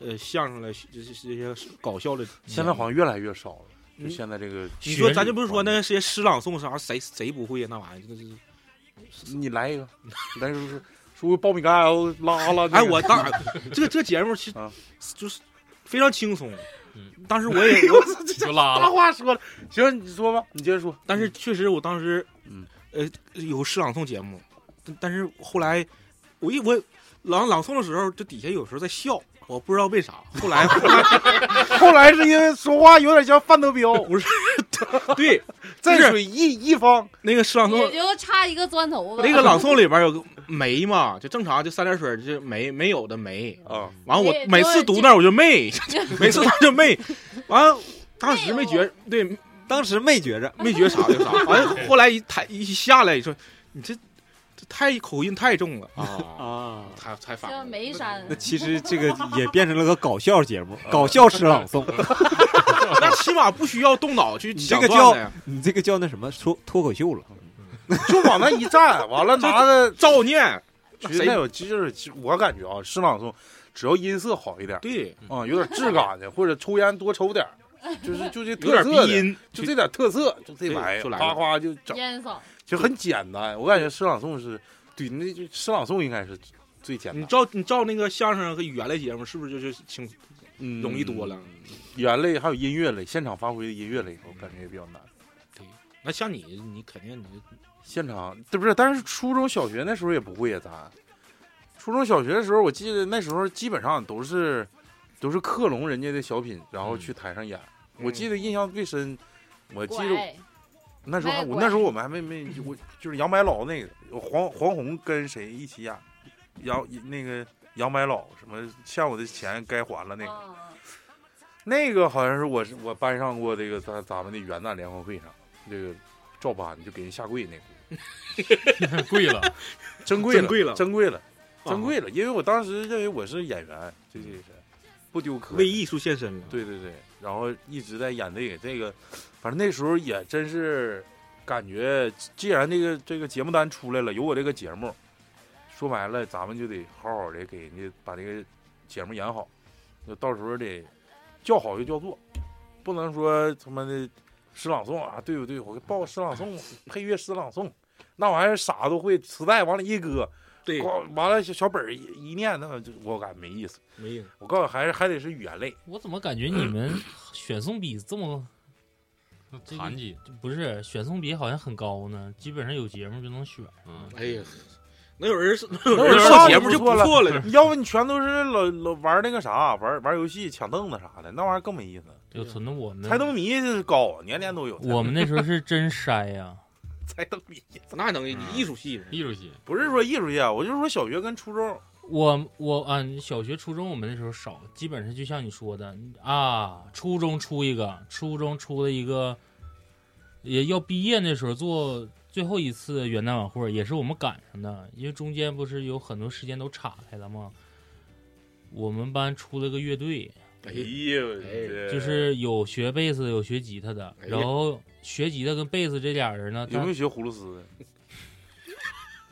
C: 呃相声了，这这这些搞笑的。
A: 现在好像越来越少了，就
C: 嗯
A: 现在这个，
C: 你说
D: 学
C: 咱就不是说那些诗朗诵啥，谁谁不会呀？那玩意儿就是。
A: 你来一个， 来叔叔，叔苞米盖哦拉了。
C: 哎，
A: 那个
C: 我当这个这个节目其实
A: 啊
C: 就是非常轻松
E: 嗯。
C: 当时我也，我
E: 就拉
A: 大
E: 了，
A: 话说了， 行，你说吧，你接着说。
C: 但是确实我当时
A: 嗯，
C: 呃，有诗朗诵节目，但但是后来我一我朗朗诵的时候，这底下有时候在笑，我不知道为啥。后来后来
A: 后来是因为说话有点像范德彪，
C: 不是，对
A: 在
C: 是
A: 水一一方，
C: 那个诗朗
B: 也
C: 诵。
B: 就差一个钻头发。
C: 那个朗诵里边有个梅嘛，就正常就三点水，就梅没有的梅。
D: 嗯
A: 啊，
C: 完我
B: 对
C: 每次
B: 就
C: 读那儿我就媚， 每次他就媚，完当时没觉对
F: 当时没觉着，
C: 没觉得啥就啥，完了后来一抬一下来，你说你这这太口音太重了啊，
F: 啊。
C: 才才反应
B: 叫
C: 过来
B: 眉山
F: 那，其实这个也变成了个搞笑 节目，搞笑式朗诵。
C: 那起码不需要动脑去
F: 你
C: 想
F: 这个
C: 段子呀
F: 你这个叫那什么脱脱口秀了？
A: 就往那一站，完了拿着。
C: 照 念，
A: 其实那有，就是我感觉啊，诗朗诵只要音色好一点，
C: 对，
A: 啊，有点质感的，或者抽烟多抽点儿，就是就这
C: 有
A: 特
C: 点
A: 色
C: 鼻
A: 的，
C: 音，
A: 就这点特色，就这
C: 对
A: 玩意
C: 就
A: 儿，
C: 来
A: 夸
C: 了
A: 夸就整，
B: 烟嗓，
A: 就很简单。我感觉诗朗诵是，对，那就诗朗诵应该是最简
C: 你
A: 单，
C: 照你照那个相声和语言类节目，是不是就是轻
A: 嗯
C: 容易多了？
A: 语言类还有音乐类，现场发挥的音乐类，我感觉也比较难。
C: 那像你，你肯定你
A: 现场对不是？但是初中小学那时候也不会呀、咱初中小学的时候，我记得那时候基本上都是都是克隆人家的小品，然后去
C: 嗯
A: 台上演。我记得印象最深，我记得
B: 拐
A: 那时候还
B: 卖
A: 我
B: 拐
A: 那时候我们还没没我就是杨白劳那个黄黄宏跟谁一起演，杨那个杨白劳什么欠我的钱该还了那个
B: 啊
A: 那个好像是我是我班上过这个咱咱们的元旦联欢会上这个照搬就给人下跪那个
E: 贵了，
A: 真跪
C: 真跪了
A: 真跪了
C: 啊
A: 真跪了，因为我当时认为我是演员，这这是不丢科
C: 为艺术献身了。，
A: 对对对，然后一直在演这个这个，反正那时候也真是感觉，既然这个这个节目单出来了，有我这个节目，说白了，咱们就得好好的给人家把这个节目演好，就到时候得叫好就叫座，不能说他妈的诗朗诵啊，对不对？我给报诗朗诵，配乐诗朗诵，那玩意儿啥都会，磁带往里一搁，
C: 对
A: 咣完了小小本儿一一念，那就我感觉没意思。
C: 没影。
A: 我告诉你，还是还得是语言类。
D: 我怎么感觉你们选送比这 么这个
E: 残疾。
D: 不是选送比好像很高呢？基本上有节目就能选。
E: 嗯，
C: 哎呀，能有人能
A: 有
C: 有
A: 人
C: 人
A: 上
C: 上节目就
A: 就
C: 不
A: 不错
C: 错了。
A: 要不你全都是老老玩那个啥，玩玩游戏、抢凳子啥的，那玩意儿更没意思。
E: 啊
D: 就存到我们
A: 猜灯谜是高，啊年年都有。
D: 嗯我们那时候是真筛呀、
A: 猜灯谜
C: 那能嗯艺术系
E: 艺术系，
A: 不是说艺术界，啊我就是说小学跟初中，
D: 我我啊，小学、初中我们那时候少，基本上就像你说的啊，初中出一个，初中出了一个，也要毕业那时候做最后一次元旦晚会，也是我们赶上的，因为中间不是有很多时间都岔开了吗？我们班出了个乐队，
C: 哎
A: 呀，
C: 哎
A: 呃
D: 就是有学贝斯的，有学吉他的，
C: 哎呀
D: 然后学吉他跟贝斯这俩人呢，
A: 有没
D: 他
A: 有学葫芦丝？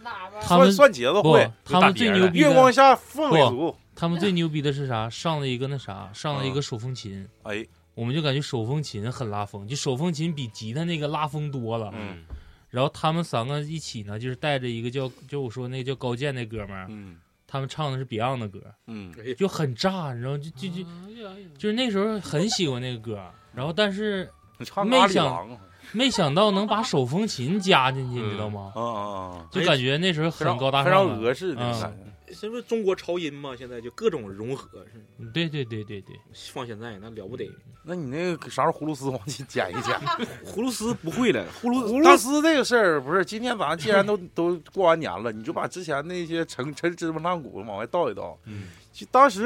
B: 喇叭
D: 他
A: 算
D: 们
A: 算节奏
D: 不
A: 会，，
D: 他们最牛逼
A: 月光
D: 的，
A: 下凤尾竹。
D: 他们最牛逼的是啥？上了一个那啥，上
A: 啊
D: 了一个手风琴。
A: 哎，
D: 我们就感觉手风琴很拉风，就手风琴比吉他那个拉风多了。
A: 嗯
D: 然后他们三个一起呢，就是带着一个叫就我说那个叫高健那哥们儿，
A: 嗯
D: 他们唱的是 Beyond 的歌，
A: 嗯，
C: 哎
D: 就很炸，你知道吗？就就就
E: 啊
D: 就是那时候很喜欢那个歌，然后但是
A: 你唱
D: 嗯没
A: 阿里
D: 想
A: 郎啊
D: 没想到能把手风琴加进去，
E: 嗯
D: 你知道吗？
A: 啊啊啊！
D: 就感觉那时候
A: 非
D: 很
A: 常
D: 高大
A: 非
D: 上
A: 常俄
D: 了。
A: 式那种
D: 嗯
A: 感觉。
C: 是不是中国超音嘛？现在就各种融合，是
D: 嗯对对对对对，
C: 放现在那了不得。
A: 那你那个啥时候葫芦丝往起剪一剪？
C: 葫芦丝不会了，葫芦
A: 葫芦丝这个事儿不是，今天咱既然都都过完年了，你就把之前那些陈陈芝麻烂谷往外倒一倒。
E: 嗯，
A: 就当时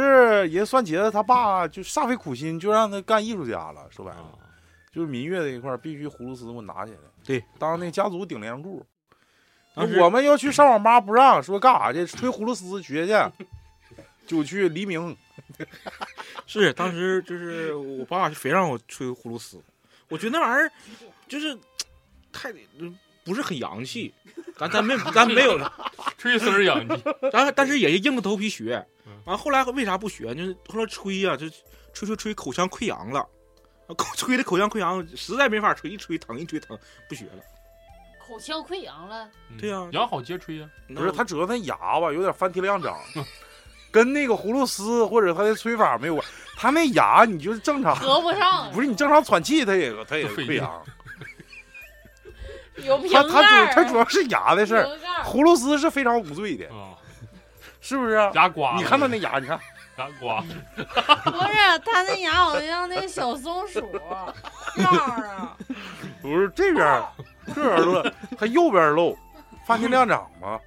A: 人算杰子他爸就煞费苦心，就让他干艺术家了。说白了，就是民乐这一块儿必须葫芦丝给我拿起来，
C: 啊对，
A: 当那个家族顶梁柱。
C: 当时
A: 我们要去上网吧不让，说干啥去？吹葫芦丝学去，就去黎明。
C: 是当时就是我爸非让我吹葫芦丝，我觉得那玩意儿就是太不是很洋气，咱咱没咱没有，
E: 吹丝儿养鸡，
C: 咱但是也是硬着头皮学
E: 嗯。
C: 完后来为啥不学？就是后来吹呀、就吹吹吹口腔溃疡了，口吹的口腔溃疡实在没法吹，一吹疼一吹疼，不学了。
B: 口腔溃疡了，
D: 嗯
C: 对
A: 啊
C: 呀
E: 养好接吹呀，啊
A: 不是他主要那牙吧，有点翻天亮长，跟那个葫芦丝或者他的吹法没有关。他那牙你就是正常。
B: 合不上，
A: 不是你正常喘气，他也他也
E: 费
A: 溃
E: 劲
A: 疡，
B: 有瓶盖
A: 他
B: 儿，
A: 他主他主要是牙的事儿。
B: 瓶盖儿
A: 葫芦丝是非常无罪的，
E: 啊，
A: 是不是啊？
E: 牙刮，
A: 嗯你看他那牙，你看
E: 牙刮，
B: 不是他那牙好像那个小松 鼠样儿啊，
A: 不是这边儿这边儿漏，他右边儿漏，发现亮长吗？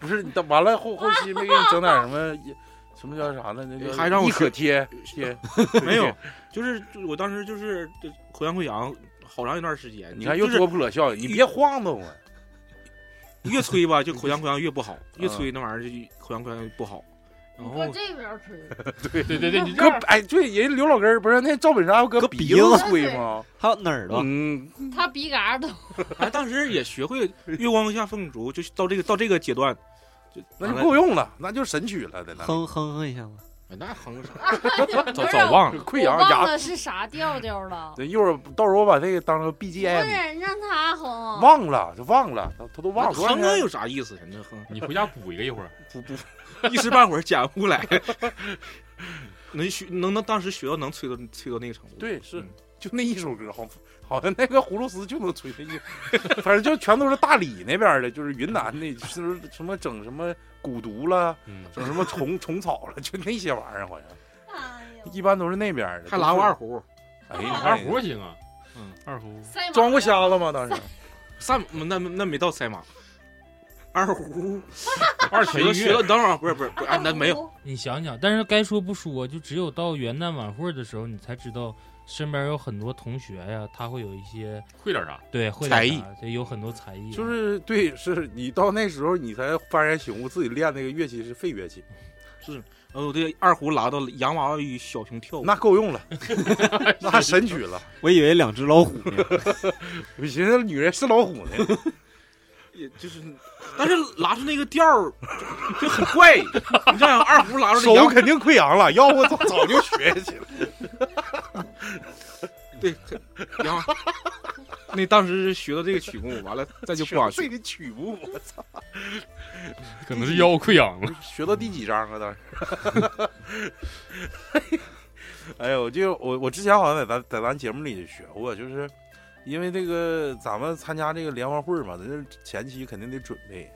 A: 不是，你等完了后后期没给你整点什么什么叫啥呢？那叫
C: 还让我
A: 一可贴贴，
C: 没有，就是就我当时就是就口腔溃疡好长一段时间，
A: 你看
C: 就
A: 又
C: 是
A: 多破效应，你别晃动啊！
C: 越吹吧，就口腔溃疡越不好，
A: 嗯
C: 越吹那玩意儿就口腔溃疡越不好。然
B: 你
C: 后
B: 搁这边儿吹，
E: 对对对，你这
A: 搁
E: 样
A: 哎，对，人家刘老根儿不是那赵本山要搁
F: 搁
A: 鼻
F: 鼻子
A: 吹吗？
F: 还有哪儿了？
A: 嗯，
B: 他鼻嘎 儿都
C: 哎，当时也学会月光下凤竹，就是到这个到这个阶段，就
A: 那就够用了，那就神曲了，在那
F: 哼哼哼一下子，
C: 哎那哼啥，
B: 不
C: 早
B: 是
C: 早忘了。
A: 溃
B: 我
A: 疡
B: 忘
A: 牙。
B: 了是啥调调了，
A: 对，一会儿到时候我把这个当成
B: 不
A: BGM
B: 是。让他哼，
A: 忘了，就忘了，他他都忘了。
C: 哼哼有啥意思呀？那哼
E: 你回家补一个一会儿，
C: 不不，一时半会儿捡不来。 能学能能当时学到能吹到吹到那个程度。
A: 对，是
C: 嗯
A: 就那一首歌，好，好像那个葫芦丝就能吹那一，反正就全都是大理那边儿的，就是云南的，就是什么整什么蛊毒了，
D: 嗯，
A: 整什么虫虫草了，就那些玩意儿，好像
B: 哎呦
A: 一般都是那边儿的。
C: 还拉过二
A: 胡，
C: 胡，
A: 哎呀，
E: 二胡行啊，
C: 嗯，
E: 二胡
B: 塞满
A: 装过啊
B: 了
A: 瞎子吗？当时
C: 三那那没到赛马，二胡
E: 二弦
C: 学
E: 乐
C: 学到等会儿不是不是不
B: 哎
C: 是，啊那没有，
B: 有，
D: 你想想，但是该说不说，就只有到元旦晚会的时候，你才知道身边有很多同学呀，他会有一些
E: 会点啥？
D: 对会
C: 才
D: 点
C: 艺
D: 啥，对有很多才
C: 嗯
D: 艺，啊
A: 就是对，是你到那时候你才幡然醒悟，自己练那个乐器是废乐器，
C: 呃，我这二胡拉到洋娃娃与小熊跳舞，
A: 那够用 了，那神曲了。
F: 我以为两只老虎呢，
A: 我寻思女人是老虎呢，
C: 也就是，但是拉出那个调儿就就很怪。你想想， 二胡拉出
A: 手
C: 来洋
A: 肯定溃疡 了，要不早早就学去了。
C: 对洋娃，那当时是学到这个曲目，完了再就不往学
A: 这。个曲目，我操，
E: 可能是腰溃疡了。
A: 学到第几章啊？当时， 哎呦，就我我之前好像在咱在咱节目里也学过，就是因为这个咱们参加这个联欢会嘛，咱这前期肯定得准备。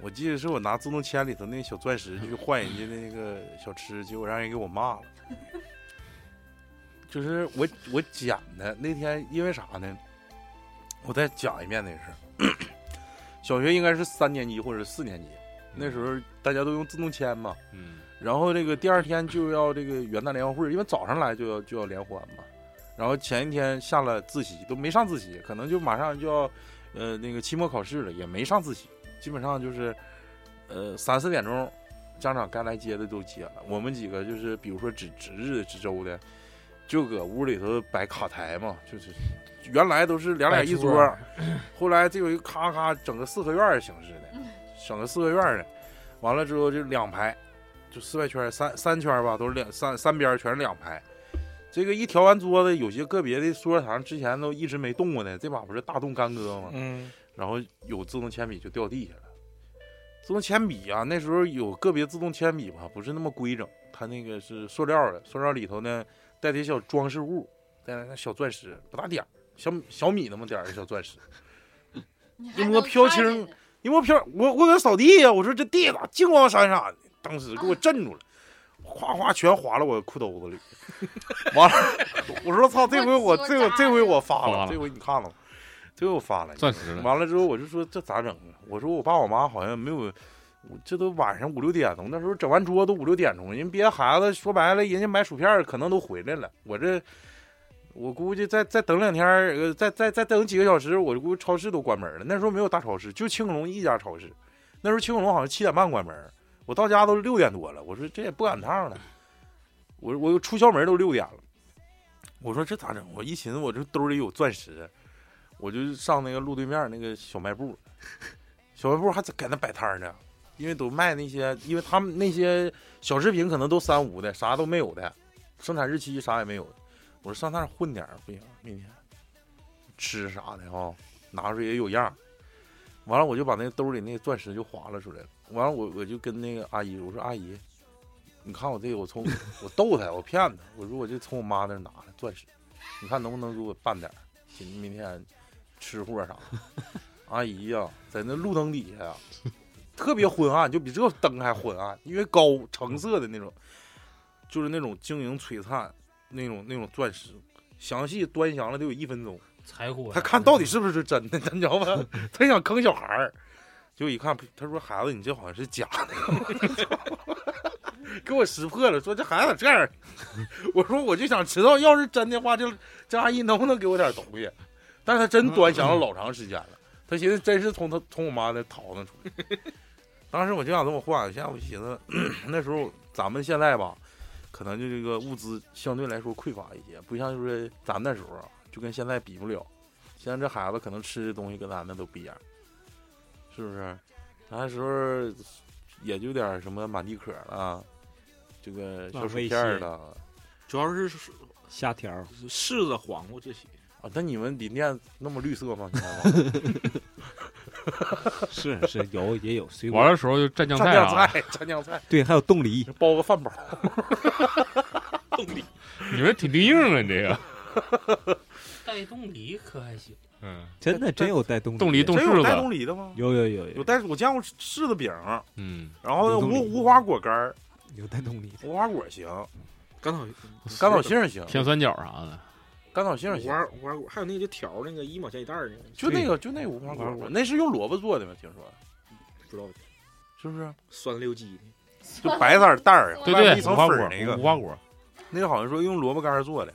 A: 我记得是我拿自动铅里头那小钻石去换人家那个小吃，结果让人给我骂了。 就是我我捡的那天，因为啥呢？我再讲一遍那事儿。 小学应该是三年级或者四年级，那时候大家都用自动铅嘛，
E: 嗯，
A: 然后这个第二天就要这个元旦联欢会，因为早上来就要就要联欢嘛，然后前一天下了自习都没上自习，可能就马上就要呃那个期末考试了，也没上自习，基本上就是呃三四点钟家长该来接的都接了，我们几个就是比如说值值日的值周的，就搁屋里头摆卡台嘛，就是原来都是两俩一桌，后来这回咔咔整个四合院儿形式的，整个四合院儿的，完了之后就两排，就四外圈儿三三圈儿吧，都是两三三边儿全是两排。这个一调完桌子，有些个别的桌堂之前都一直没动过呢，这把不是大动干戈吗？
C: 嗯，
A: 然后有自动铅笔就掉地下了。自动铅笔啊，那时候有个别自动铅笔吧，不是那么规整，它那个是塑料的，塑料里头呢带点小装饰物，带点那小钻石，不大点儿，小小米那么点儿的小钻石。
B: 你还
A: 一
B: 能
A: 摸飘
B: 看
A: 青
B: 见呢
A: 你给我飘，我我搁扫地呀、我说这地咋金光闪闪的，啊当时给我震住了，哗哗全滑到我裤兜子里。完了，我说操，这回我这回这回我发
E: 发
A: 了，
E: 了
A: 这回你看了吗？这回我发了。
E: 钻石了，
A: 完了之后我就说这咋整啊？我说我爸我妈好像没有，我这都晚上五六点钟，那时候整完桌都五六点钟，人别的孩子说白了，人家买薯片儿可能都回来了，我这。我估计再再等两天儿，呃，再再再等几个小时，我估计超市都关门了。那时候没有大超市，就青龙一家超市。那时候青龙好像七点半关门，我到家都六点多了。我说这也不赶趟了，我我出校门都六点了。我说这咋整？我一寻思，我这兜里有钻石，我就上那个路对面那个小卖部，小卖部还在搁那摆摊儿呢，因为都卖那些，因为他们那些小食品可能都三无的，啥都没有的，生产日期啥也没有的。我说上那儿混点儿不行，明天吃啥的哈、拿出来也有样儿。完了，我就把那兜里那钻石就划拉出来了。完了，我我就跟那个阿姨我说：“阿姨，你看我这个，我从我逗她，我骗她，我说我就从我妈那儿拿的钻石，你看能不能给我办点儿，寻思明天吃货啥的。”阿姨呀、在那路灯底下呀、特别昏暗，就比这灯还昏暗，因为高橙色的那种，就是那种晶莹璀璨那种那种钻石，详细端详了得有一分钟。
D: 柴火呀，
A: 他看到底是不是真的， 你知道吧？他想坑小孩儿，结果一看，他说：“孩子，你这好像是假的。” 给我识破了，说这孩子咋这样？ 我说我就想知道，要是真的话，这这阿姨能不能给我点东西？但是他真端详了老长时间了，他寻思真是从他从我妈那淘弄出来。当时我就想这么换，现在我寻思 那时候咱们现在吧，可能就这个物资相对来说匮乏一些，不像就是咱那时候啊，就跟现在比不了。现在这孩子可能吃的东西跟咱们都不一样，是不是？咱那时候也就点儿什么满地可了，这个小
F: 浪
A: 薯
F: 费
A: 片儿啊
F: 些
A: 了
C: 主要是是
F: 虾条 儿。
C: 柿子、黄瓜这些。
A: 啊。那你们林甸那么绿色吗？你知道吗
F: 是是有也有水果，
E: 玩的时候就蘸酱
A: 蘸
E: 菜
A: 酱
E: 啊，
A: 菜，蘸酱菜，
F: 对，还有冻梨，
A: 包个饭包。
E: 你们挺对硬啊，你这个，
D: 带动力可还行？
E: 嗯
F: 真 的真有带动
E: 动力动
A: 真有
E: 柿
A: 带
E: 子
A: 冻梨的吗？
F: 有有有
A: 有
F: 有
A: 带我见过柿子饼，
E: 嗯，
A: 然后
F: 有冻梨
A: 无无花果干儿，
F: 有带动力的，
A: 无花果行，
C: 甘草、嗯
A: 甘草杏儿行，
E: 甜酸角啥的，
A: 甘草杏儿
C: 无
A: 行，
C: 花无花果，还有那个就条那个一毛钱一袋儿那个，
A: 就那个就那个无花果
C: 无花
A: 粉
C: 果，
A: 那是用萝卜做的吗？听说
C: 不知道
A: 是不是？
C: 酸溜鸡的，
A: 就白色儿袋儿，
E: 对
A: 外面
E: 对，
A: 一层
E: 无
A: 粉
E: 花
A: 儿
E: 果
A: 那，个
E: 无，花果，
A: 那个好像说用萝卜干儿做的，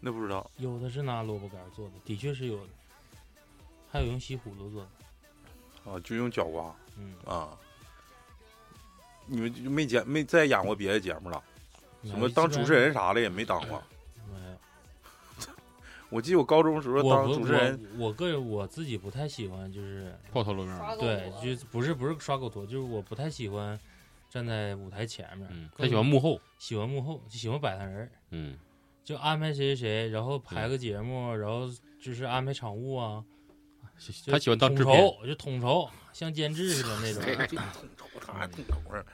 A: 那不知道。
D: 有的是拿萝卜干儿做的，的确是有的，还有用西葫芦做的。
A: 啊，就用角瓜
D: 嗯，
A: 啊。你们就没见没再演过别的节目了？什么当主持人啥的也没当过。
D: 没有？
A: 我记得我高中时候
D: 我
A: 当
D: 不
A: 主持人，
D: 我我个人我自己不太喜欢，就是
E: 抛头露
A: 嗯
E: 面
B: 刷
E: 儿，
B: 狗啊
D: 对，
B: 我
D: 就是不是不是刷狗头，就是我不太喜欢站在舞台前面，
E: 嗯，他
D: 更
E: 喜欢幕后，
D: 喜欢幕后，喜欢摆摊人儿，
E: 嗯，
D: 就安排谁谁谁，然后排个节目，然后就是安排场务啊，就
E: 他喜欢当制
D: 统
E: 片，
D: 筹，就统筹，像监制似的那 种，
A: 啊等会儿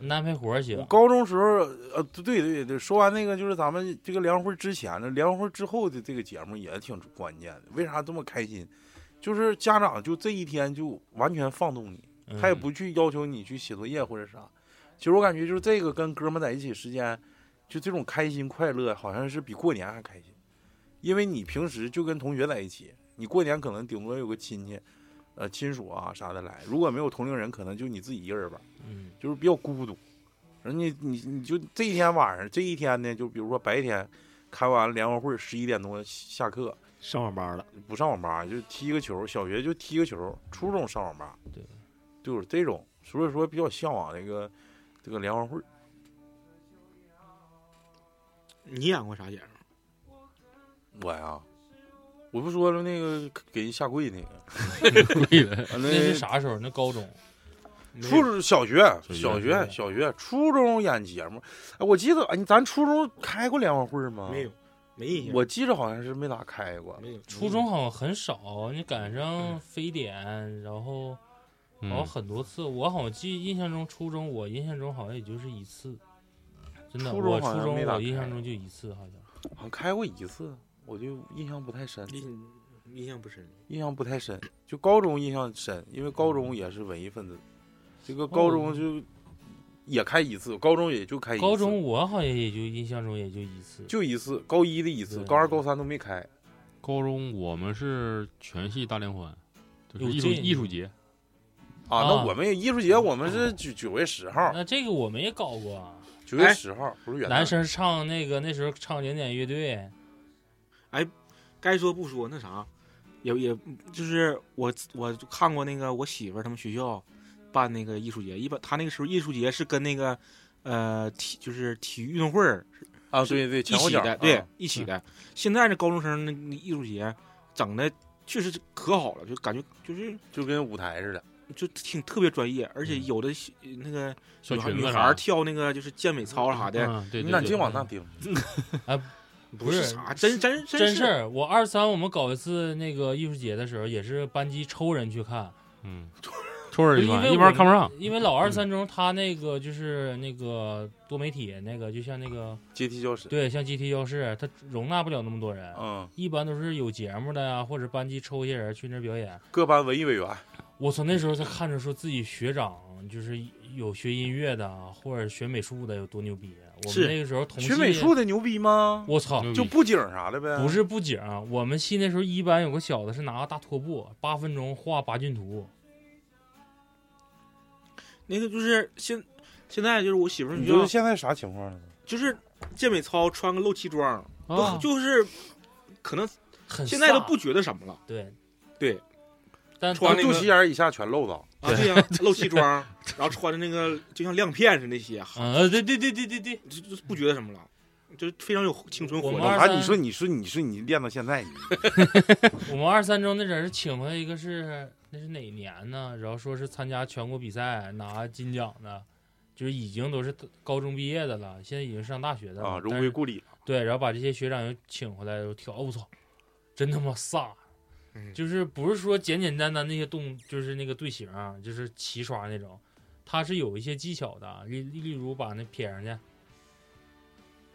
D: 你安排活儿行
A: 我。高中时候，呃，对对对对，说完那个就是咱们这个联欢会之前的，联欢会之后的这个节目也挺关键的。为啥这么开心？就是家长就这一天就完全放纵你，
D: 嗯
A: 他也不去要求你去写作业或者啥。其实我感觉就是这个跟哥们在一起时间，就这种开心快乐，好像是比过年还开心，因为你平时就跟同学在一起，你过年可能顶多有个亲戚，呃，亲属啊啥的来，如果没有同龄人，可能就你自己一个人玩。
D: 嗯，
A: 就是比较孤独。然后你你你就这一天晚上，这一天呢，就比如说白天开完联欢会，十一点多下课，
F: 上网吧了，
A: 不上网吧就踢个球，小学就踢个球，初中上网吧，
D: 对，
A: 就是这种，所以说比较向往这个这个联欢会。
C: 你演过啥节目？
A: 我呀，我不说了那个给人下跪那个，
E: 对的，嗯
A: 完了
D: 那是啥时候？那高中
A: 初中小学小
E: 小
A: 学
D: 学
A: 小学初中演节目，哎，我记得哎，咱初中开过联欢会吗？
C: 没有，，没印象。
A: 我记着好像是没咋开过。
C: 没有
D: 初中好像很少，你赶上非典，然后
E: 嗯
D: 好
F: 哦
D: 像很多次，我好像记印象中初中，我印象中好像也就是一次，真的，
A: 初中
D: 我
A: 好
D: 初
A: 像
D: 中
A: 没咋
D: 我印
A: 开
D: 象中就一次，好像
A: 好像开过一次，我就印象不太深，
C: 印印象不深。
A: 印象不太深。就高中印象深，因为高中也是文艺分子，这个高中就也开一次，高中也就开一次，
D: 高中我好像也就印象中也就一次，
A: 就一次，高一的一次，
D: 对
A: 高二、高三都没开。
E: 高中我们是全系大联欢，就是
D: 有
E: 艺术
D: 劲
E: 艺术节，
A: 啊，
D: 啊
A: 那我们也艺术节，我们是九九月十号，
D: 那这个我们也搞过，啊
A: 九月
C: 哎
A: 十号不是元旦
D: 男生唱那个那时候唱零点乐队，
C: 该说不说，那啥，也也就是我我看过那个我媳妇儿他们学校办那个艺术节，一般他那个时候艺术节是跟那个呃体就是体育运动会儿
A: 啊，对对，前
C: 一
A: 后
C: 起
A: 脚
C: 的，对
A: 啊，
C: 一起的。现在这高中生那那艺术节整的确实可好了，就感觉就是
A: 就跟舞台似的。
C: 就挺特别专业，而且
E: 嗯
C: 有的小那个
E: 小
C: 女孩
E: 裙
C: 女
E: 子
C: 孩
E: 啥
C: 儿，跳那个就是健美操啥的，
E: 嗯，对，
A: 你
E: 对
A: 咋
E: 对
A: 净往那盯？
C: 不
D: 不
C: 是
D: 是
C: 啥真真
D: 真
C: 是
D: 事儿。我二三我们搞一次那个艺术节的时候，也是班级抽人去看，
E: 嗯，抽人一
D: 因为
E: 般
D: 我
E: 一般看不上，
D: 因为老二三
A: 嗯
D: 中他那个就是那个多媒体那个，就像那个
A: 阶梯教室，
D: 对，像 GT 教室，他容纳不了那么多人，
A: 嗯，
D: 一般都是有节目的呀，或者班级抽一些人去那儿表演。
A: 各班文艺委员
D: 我从那时候才看着说自己学长就是有学音乐的啊或者学美术的有多牛逼。啊我
C: 是
D: 们那个时候同系
A: 学美术，的牛逼吗？
D: 我操！
A: 哦就布景啥的
C: 嗯
A: 呗？
D: 不是布景，啊我们系那时候一班有个小子是拿个大拖布，八分钟画八骏图，
C: 那个就是现现在就是我媳妇儿
A: 你
C: 学
A: 觉得
C: 校
A: 现在啥情况了？
C: 就是健美操穿个露脐装，
E: 啊
D: 哦
C: 都，就是可能
D: 很
C: 现在都
D: 飒
C: 不觉得什么了
D: 对
C: 对，
D: 但
C: 穿
A: 就
C: 那个
A: 肚脐眼儿以下全露着。
C: 啊，对呀、露脐装， 然后穿着那个就像亮片似的那些，
D: 嗯呃对对对对对对，
C: 就就不觉得什么了，就是非常有青春活
D: 我
C: 力
D: 们。二
A: 啊，
D: 三
A: 你说你说你说你练到现在，你
D: 我们二三中那阵儿请回来一个是那是哪年呢？然后说是参加全国比赛拿金奖的，就是已经都是高中毕业的了，现在已经上大学的了
A: 啊，荣
D: 但
A: 归
D: 是
A: 故里了。
D: 对，然后把这些学长又请回来，又跳，哦我、操，真他妈飒！啊
C: 嗯
D: 就是不是说简简单单那些动，就是那个队形啊、就是齐刷那种，他是有一些技巧的，例例如把那撇上去，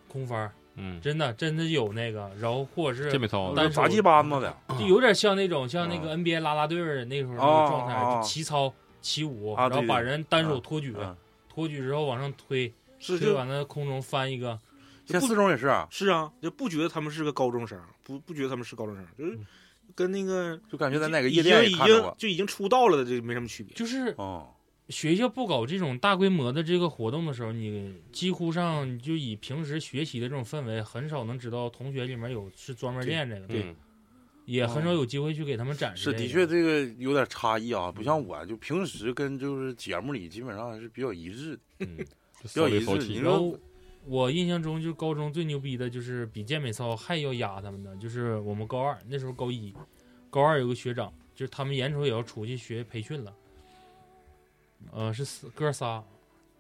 D: 空翻儿，
E: 嗯，
D: 真的真的有那个，然后或者
E: 健
D: 是
E: 美操
D: 但
E: 的，
D: 是
A: 哦杂技班子的，
D: 就有点像那种像那
A: 嗯
D: 个 NBA 啦啦队儿那时候那
A: 啊
D: 个状态，
A: 啊啊
D: 就齐操齐舞，
A: 啊
D: 然后
A: 对
D: 把
A: 对
D: 人单手托举，
A: 嗯，
D: 托举之后往上推，
C: 是
D: 推
C: 就
D: 完了空中翻一个，
A: 现在四中也是啊，
C: 是啊，就不觉得他们是个高中生，不不觉得他们是高中生，就是
D: 嗯
C: 跟那个
A: 就感觉在哪个
C: 已
A: 夜
C: 经
A: 店
C: 已
A: 也看着
C: 经
A: 过，
C: 就已经出道了的，这没什么区别。
D: 就是
A: 嗯，
D: 学校不搞这种大规模的这个活动的时候，你几乎上你就以平时学习的这种氛围，很少能知道同学里面有是专门练这个的，
E: 嗯，
D: 也很少有机会去给他们展示、
A: 嗯是的确，这个有点差异啊，不像我就平时跟就是节目里基本上还是比较一致的，
E: 嗯，
A: 比较
E: 一
A: 一致。你
D: 然
A: 说
D: 后我印象中，就是高中最牛逼的就是比健美操还要压他们的，就是我们高二那时候高一，高二有个学长，就是他们眼瞅也要出去学培训了，呃，是四哥仨，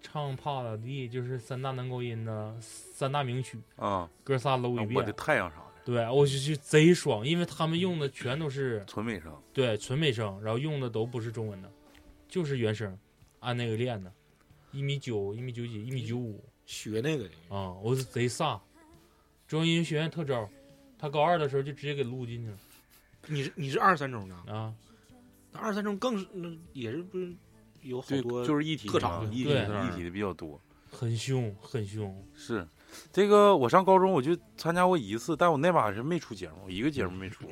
D: 唱怕咋地，就是三大男高音呢，三大名曲，
A: 啊，
D: 哥仨搂一
A: 嗯
D: 遍。
A: 我的太阳啥的，
D: 对，我就就贼爽，因为他们用的全都是
A: 纯美声，
D: 对纯美声，然后用的都不是中文的，就是原声，按那个练的，一米九、一米九几、一米九五
C: 学那个的，
D: 啊，我是贼飒。中央音乐学院特招，他高二的时候就直接给录进去了
C: 你是你是二三中的，
D: 啊，
C: 那二三中更是那也是不是有好
A: 对，
C: 多
A: 就是一体
C: 特
A: 的嘛
C: 长
A: 一体
D: 对
A: 的一体的比较多。
D: 很凶很凶。
A: 是，这个我上高中我就参加过一次，但我那把是没出节目，一个节目没出。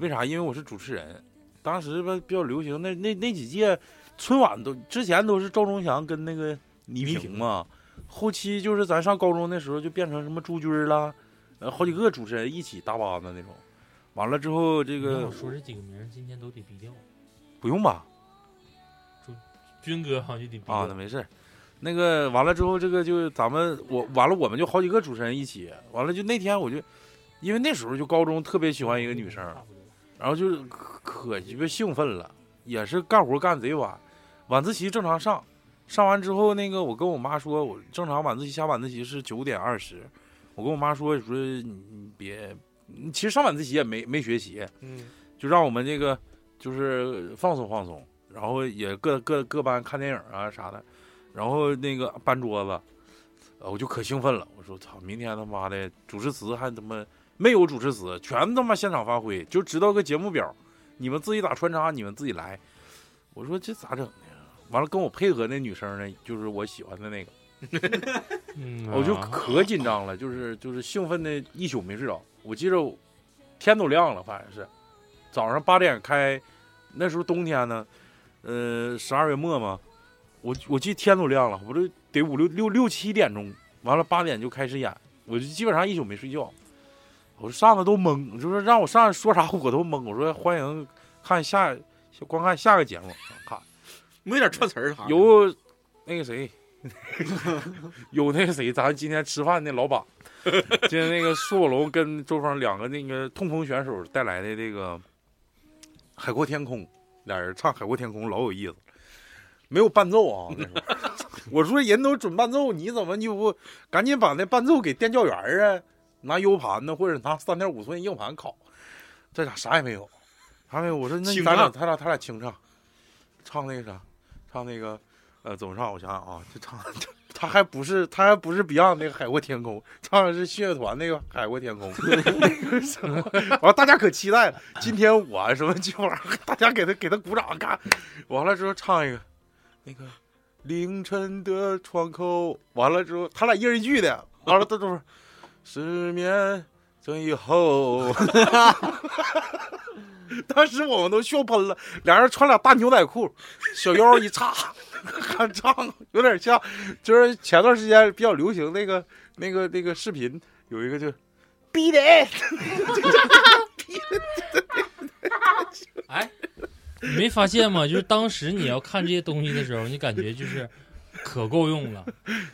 A: 为啥？因为我是主持人，当时吧比较流行，那那那几届春晚都之前都是赵忠祥跟那个倪萍嘛，后期就是咱上高中那时候就变成什么朱军儿啦，呃，好几个主持人一起搭班子那种。完了之后，这
D: 这
A: 个
D: 我说这几个名儿今天都得逼掉，
A: 不用吧？
D: 军哥好像就得逼掉。
A: 啊，那没事儿。那个完了之后，这个就咱们我完了，我们就好几个主持人一起。完了就那天我就，因为那时候就高中特别喜欢一个女生，然后就是可可鸡巴兴奋了，也是干活干贼晚，晚自习正常上，上完之后那个我跟我妈说，我正常晚自习下晚自习是九点二十，我跟我妈说说你你别，其实上晚自习也没没学习，
C: 嗯
A: 就让我们这个就是放松放松，然后也各各各班看电影啊啥的，然后那个搬桌子，呃我就可兴奋了，我说操，明天他妈的主持词还他妈没有主持词，全他妈现场发挥，就知道个节目表，你们自己打穿插，你们自己来。我说这咋整呢？完了，跟我配合那女生呢，就是我喜欢的那个，
D: 嗯，
A: 我就
D: 啊
A: 可紧张了，就是就是兴奋的一宿没睡着。我记着天都亮了，反正是早上八点开，那时候冬天呢，呃，十二月末嘛，我我记得天都亮了，我就得五六六六七点钟，完了八点就开始演，我就基本上一宿没睡觉。我说上的都懵，就是让我上来说啥我都懵。我说欢迎看下观看下个节目，看
C: 没点串词儿啥的。
A: 有那个谁， 有那个谁，咱今天吃饭那老板，今天那个苏宝龙跟周芳两个那个痛风选手带来的这个《海阔天空》，俩人唱《海阔天空》老有意思，没有伴奏啊。那时候我说人都准伴奏，你怎么就不赶紧把那伴奏给电教员儿啊？拿 U 盘呢，或者拿三点五寸硬盘拷，这咋啥也没有？啥没有？我说那
C: 清
A: 咱俩
C: 唱
A: 他俩他俩清唱，唱那个啥，唱那个呃怎么唱？我想想啊，这唱 他还不是他还不是 Beyond 那个《海阔天空》，唱的是信乐团那个《海阔天空》 那个什么，完了大家可期待了。今天我什么这玩意儿，啊 大家给他给他鼓掌看。完了之后唱一个那个凌晨的窗口，完了之后他俩一人一句的，完了他都是失眠症以后。 当时我们都笑喷了，俩人穿俩大牛仔裤，小腰一 叉，还唱，有点像，就是前段时间比较流行那个那个那个视频，有一个就逼的，
D: 哎，你没发现吗？就是当时你要看这些东西的时候，你感觉就是可够用了，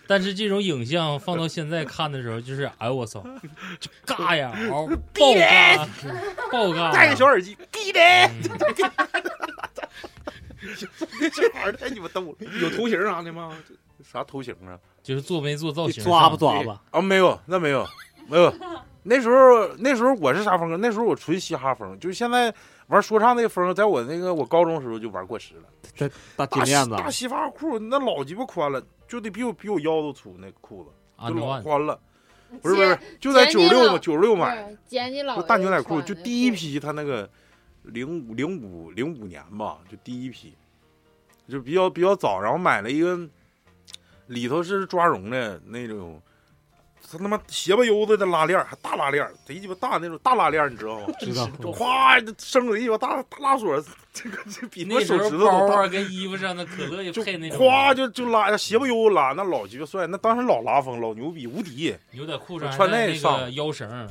D: 但是这种影像放到现在看的时候，就是哎我操，就尬呀，嗷爆尬，爆嗯尬，
A: 戴个小耳机，逼的，
D: 啊
A: 那小孩儿太你妈逗了，
C: 有头型啥的吗？
A: 啥头型啊？
D: 就是做没做造型上，
F: 抓不抓吧？
A: 啊，没有，那没有，没有。那时候，那时候我是啥风格？那时候我纯嘻哈风，就是现在玩说唱那风格，在我那个我高中时候就玩过时了。
F: 这大金
A: 大西
F: 链子，啊
A: 大西发裤那老鸡巴宽了，就得比我比我腰都粗那裤子
D: 安
A: 就
D: 德
A: 老
D: 万，
A: 宽了。不是不是，不是就在九十
B: 前年
A: 六嘛，
B: 老
A: 九十六
B: 不
A: 买，
B: 是捡起老
A: 就大牛仔
B: 穿
A: 裤，
B: 的
A: 就第一
B: 裤
A: 批他那个零五零五零五年吧，就第一批，就比较比较早，然后买了一个里头是抓绒的那种。他他妈斜巴悠子的拉链儿，还大拉链儿，贼鸡巴大那种大拉链儿，你知道吗？
F: 知道
A: 咵，生个鸡巴大大拉锁，这个这比
D: 那
A: 我
D: 时
A: 手
D: 候
A: 指头都
D: 包
A: 大，
D: 啊跟衣服上的可乐也
A: 就
D: 配那种，
A: 咵就就拉斜不悠拉，那老鸡巴帅，那当时老拉风，老牛逼，无敌。
D: 牛仔裤上还
A: 穿
D: 带
A: 那
D: 那个
A: 上
D: 腰绳儿。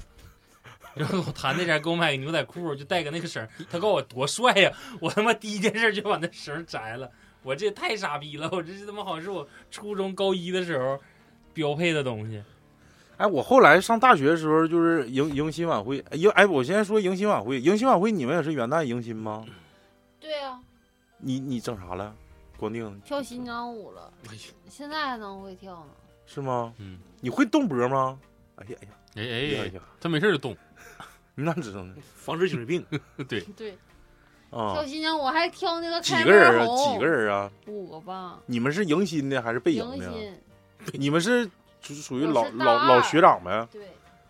D: 然后我谈那前给我买个牛仔裤，就带个那个绳儿。他告诉我多帅呀、我他妈第一件事就把那绳儿摘了。我这也太傻逼了！我这他妈好像是我初中高一的时候标配的东西。
A: 哎，我后来上大学的时候，就是迎迎新晚会，迎哎，我先说迎新晚会，迎新晚会你们也是元旦迎新吗？
B: 对啊，
A: 你你整啥了？光腚
B: 跳新疆舞了，
A: 哎
B: 现在还能会跳呢。
A: 是吗？
E: 嗯，
A: 你会动脖吗？哎呀哎呀
E: 哎
A: 哎呀哎
E: 哎哎，
A: 呀，
E: 他没事儿就动，
A: 你哪知道呢？
C: 防止颈椎病。
B: 对，
A: 啊
B: 跳，新疆舞还跳那个
A: 几
B: 开
A: 个人
B: 门
A: 啊？
B: 红，
A: 几个人啊？
B: 五个吧。
A: 你们是迎新的还是被迎
B: 迎
A: 的啊？
B: 新，
A: 你们是属属于
B: 我
A: 老
B: 是大
A: 老老
B: 二
A: 学长呗？
B: 对，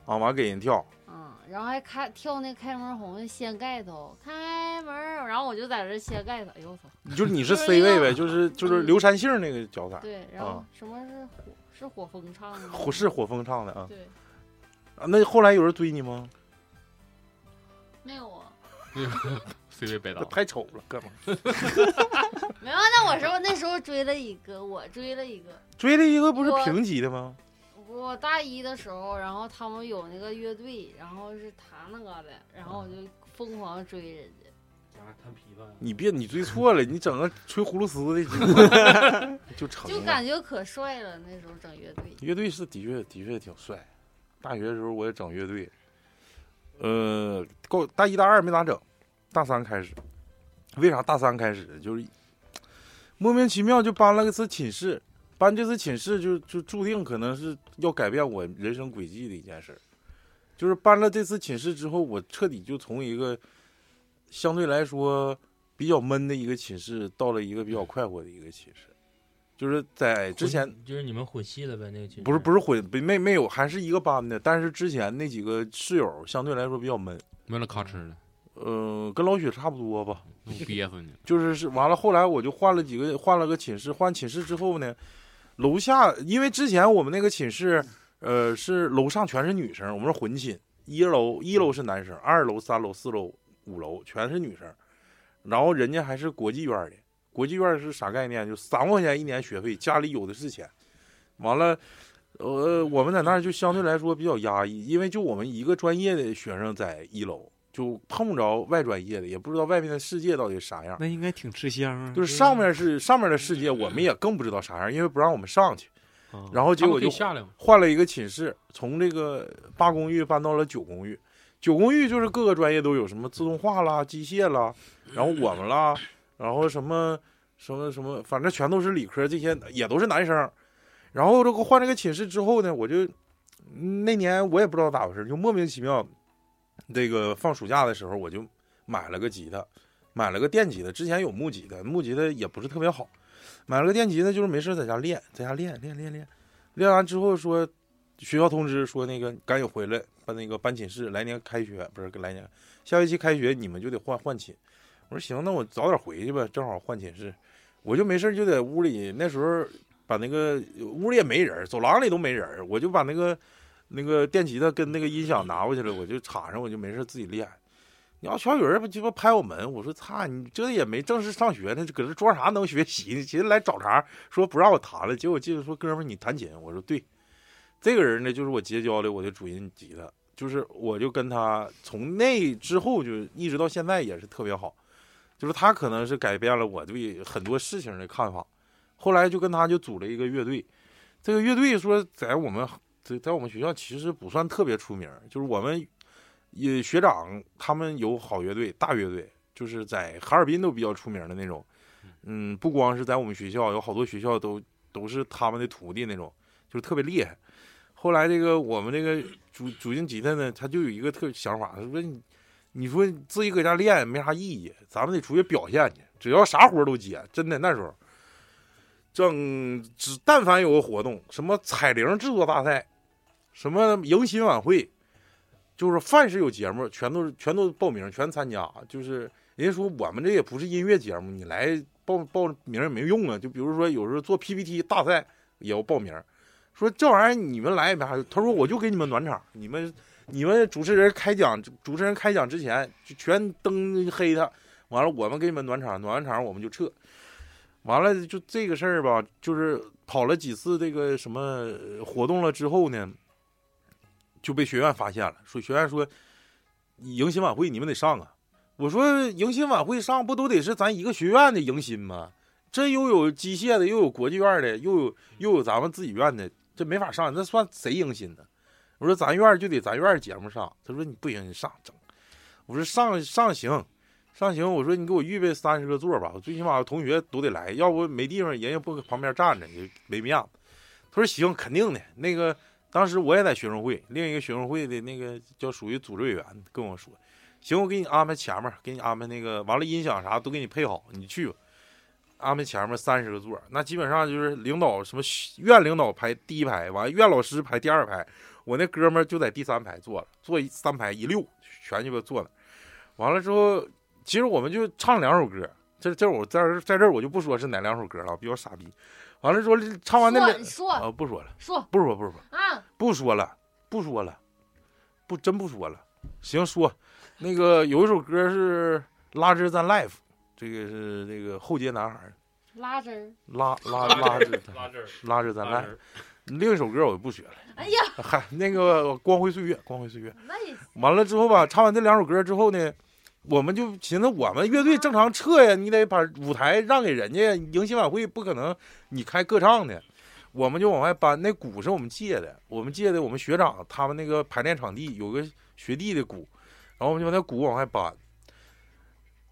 A: 啊，完给人 跳。
B: 嗯，然后还开跳那开门红的掀盖头，开门儿，然后我就在这掀盖头，哎呦我操！
A: 就是你是
B: 就是
A: C
B: 那
A: 位
B: 个
A: 呗，就是就是
B: 嗯
A: 刘三杏那个脚踩，
B: 对，然后
A: 啊
B: 什么是火是火风唱的吗？
A: 火是火风唱的啊。
B: 对，
A: 啊那后来有人追你吗？
B: 没有啊，
E: 随便白搭。
A: 太丑了，哥们儿。
B: 没有。啊那我说那时候追了一个，我追了一个。
A: 追了一个不是
B: 我
A: 平级的吗？
B: 我大一的时候，然后他们有那个乐队，然后是弹那个的，然后我就
A: 嗯
B: 疯狂追人家。
D: 讲弹琵琶
A: 你别你追错了，你整个吹葫芦丝的就就成
B: 就
A: 了。
B: 感觉可帅了。那时候整乐队，
A: 乐队是的确的确挺帅，大学的时候我也整乐队，呃，高大一大二没咋整，大三开始。为啥大三开始？就是莫名其妙就搬了个次寝室，搬这次寝室就就注定可能是要改变我人生轨迹的一件事儿。就是搬了这次寝室之后，我彻底就从一个相对来说比较闷的一个寝室，到了一个比较快活的一个寝室。就是在之前
D: 混就是你们混系了呗，那个群
A: 不是不
D: 是
A: 是混，不没没有，还是一个班的。但是之前那几个室友相对来说比较闷，
E: 为了咔哧的，
A: 呃，跟老许差不多吧。
E: 那我憋死你了。
A: 就是是完了，后来我就换了几个，换了个寝室。换寝室之后呢，楼下因为之前我们那个寝室，呃，是楼上全是女生，我们是混寝，一楼一楼是男生，二楼、三楼、四楼、五楼全是女生。然后人家还是国际院的，国际院是啥概念？就三万块钱一年学费，家里有的是钱。完了，呃，我们在那儿就相对来说比较压抑，因为就我们一个专业的学生在一楼，就碰不着外专业的，也不知道外面的世界到底是啥样。
F: 那应该挺吃香
E: 嗯
F: 啊。
A: 就是上面是上面的世界，我们也更不知道啥样，因为不让我们上去。
F: 啊
A: 然后结
E: 嗯他们
A: 果
E: 可
A: 就
E: 以下来吗？
A: 换了一个寝室，从这个八公寓搬到了九公寓。九公寓就是各个专业都有，什么自动化啦、机械啦，然后我们啦，然后什么什么什么，反正全都是理科，这些也都是男生。然后这个换这个寝室之后呢，我就嗯那年我也不知道咋回事，就莫名其妙，这个放暑假的时候我就买了个吉他，买了个电吉他，之前有木吉他，木吉他也不是特别好，买了个电吉他就是没事在家练，在家练练练练，练完之后说学校通知说那个赶紧回来，把那个搬寝室，来年开学不是来年下学期开学你们就得换换寝。我说行，那我早点回去吧，正好换寝室，我就没事就在屋里。那时候把那个屋里也没人，走廊里都没人，我就把那个那个电吉他跟那个音响拿过去了，我就插上，我就没事自己练。你要小雨儿不鸡巴拍我门，我说擦，你这也没正式上学呢，这搁这装啥能学习？寻思来找茬，说不让我弹了，结果进来说哥们儿你弹琴，我说对，这个人呢就是我结交的我的主音吉他，就是我就跟他从那之后就一直到现在也是特别好，就是他可能是改变了我对很多事情的看法，后来就跟他就组了一个乐队，这个乐队说在我们在在我们学校其实不算特别出名，就是我们也学长他们有好乐队大乐队，就是在哈尔滨都比较出名的那种。嗯，不光是在我们学校，有好多学校都都是他们的徒弟那种，就是特别厉害。后来这个我们这个主主音吉他呢，他就有一个特想法，他说你你说自己搁家练没啥意义，咱们得出去表现去，只要啥活儿都接，真的那时候。正只但凡有个活动，什么彩铃制作大赛，什么迎新晚会，就是凡是有节目，全都全都报名，全参加。就是人家说我们这也不是音乐节目，你来报报名也没用啊。就比如说有时候做 PPT 大赛也要报名，说这玩意儿你们来也没啥用。他说我就给你们暖场，你们你们主持人开讲，主持人开讲之前就全灯黑他，完了我们给你们暖场，暖完场我们就撤。完了就这个事儿吧，就是跑了几次这个什么活动了之后呢，就被学院发现了，说学院说迎新晚会你们得上啊。我说迎新晚会上不都得是咱一个学院的迎新吗？这又有机械的，又有国际院的，又有又有咱们自己院的，这没法上，那算谁迎新呢？我说咱院就得咱院节目上，他说你不行，你上整。我说上上行，上行。我说你给我预备三十个座吧，我最起码同学都得来，要不没地方，人家不搁旁边站着也没面子。他说行，肯定的。那个当时我也在学生会，另一个学生会的那个叫属于组织委员跟我说，行，我给你安排前面，给你安排那个，完了音响啥都给你配好，你去吧。安排前面三十个座，那基本上就是领导什么院领导排第一排，完了院老师排第二排，我那哥们儿就在第三排坐了，坐一三排一溜，全鸡巴坐那儿。完了之后，其实我们就唱两首歌，这这我在这儿在这儿我就不说是哪两首歌了，比较傻逼。完了之后唱完那两
B: 说说
A: 啊，不说了，
B: 说
A: 不说不说不说
B: 啊，
A: 不说了，不说了，不真不说了。行，说那个有一首歌是《拉之赞 life》，这个是那个后街男孩儿
B: 拉针儿。
A: 拉拉拉之
E: 拉这儿，
A: 拉之赞 life。另一首歌我就不学了，
B: 哎呀，
A: 嗨，那个《光辉岁月》，《光辉岁月》。
B: 那也
A: 完了之后吧，唱完这两首歌之后呢，我们就寻思，我们乐队正常撤呀，你得把舞台让给人家，迎新晚会不可能你开歌唱的，我们就往外搬。那鼓是我们借的，我们借的，我们学长他们那个排练场地有个学弟的鼓，然后我们就把那鼓往外搬。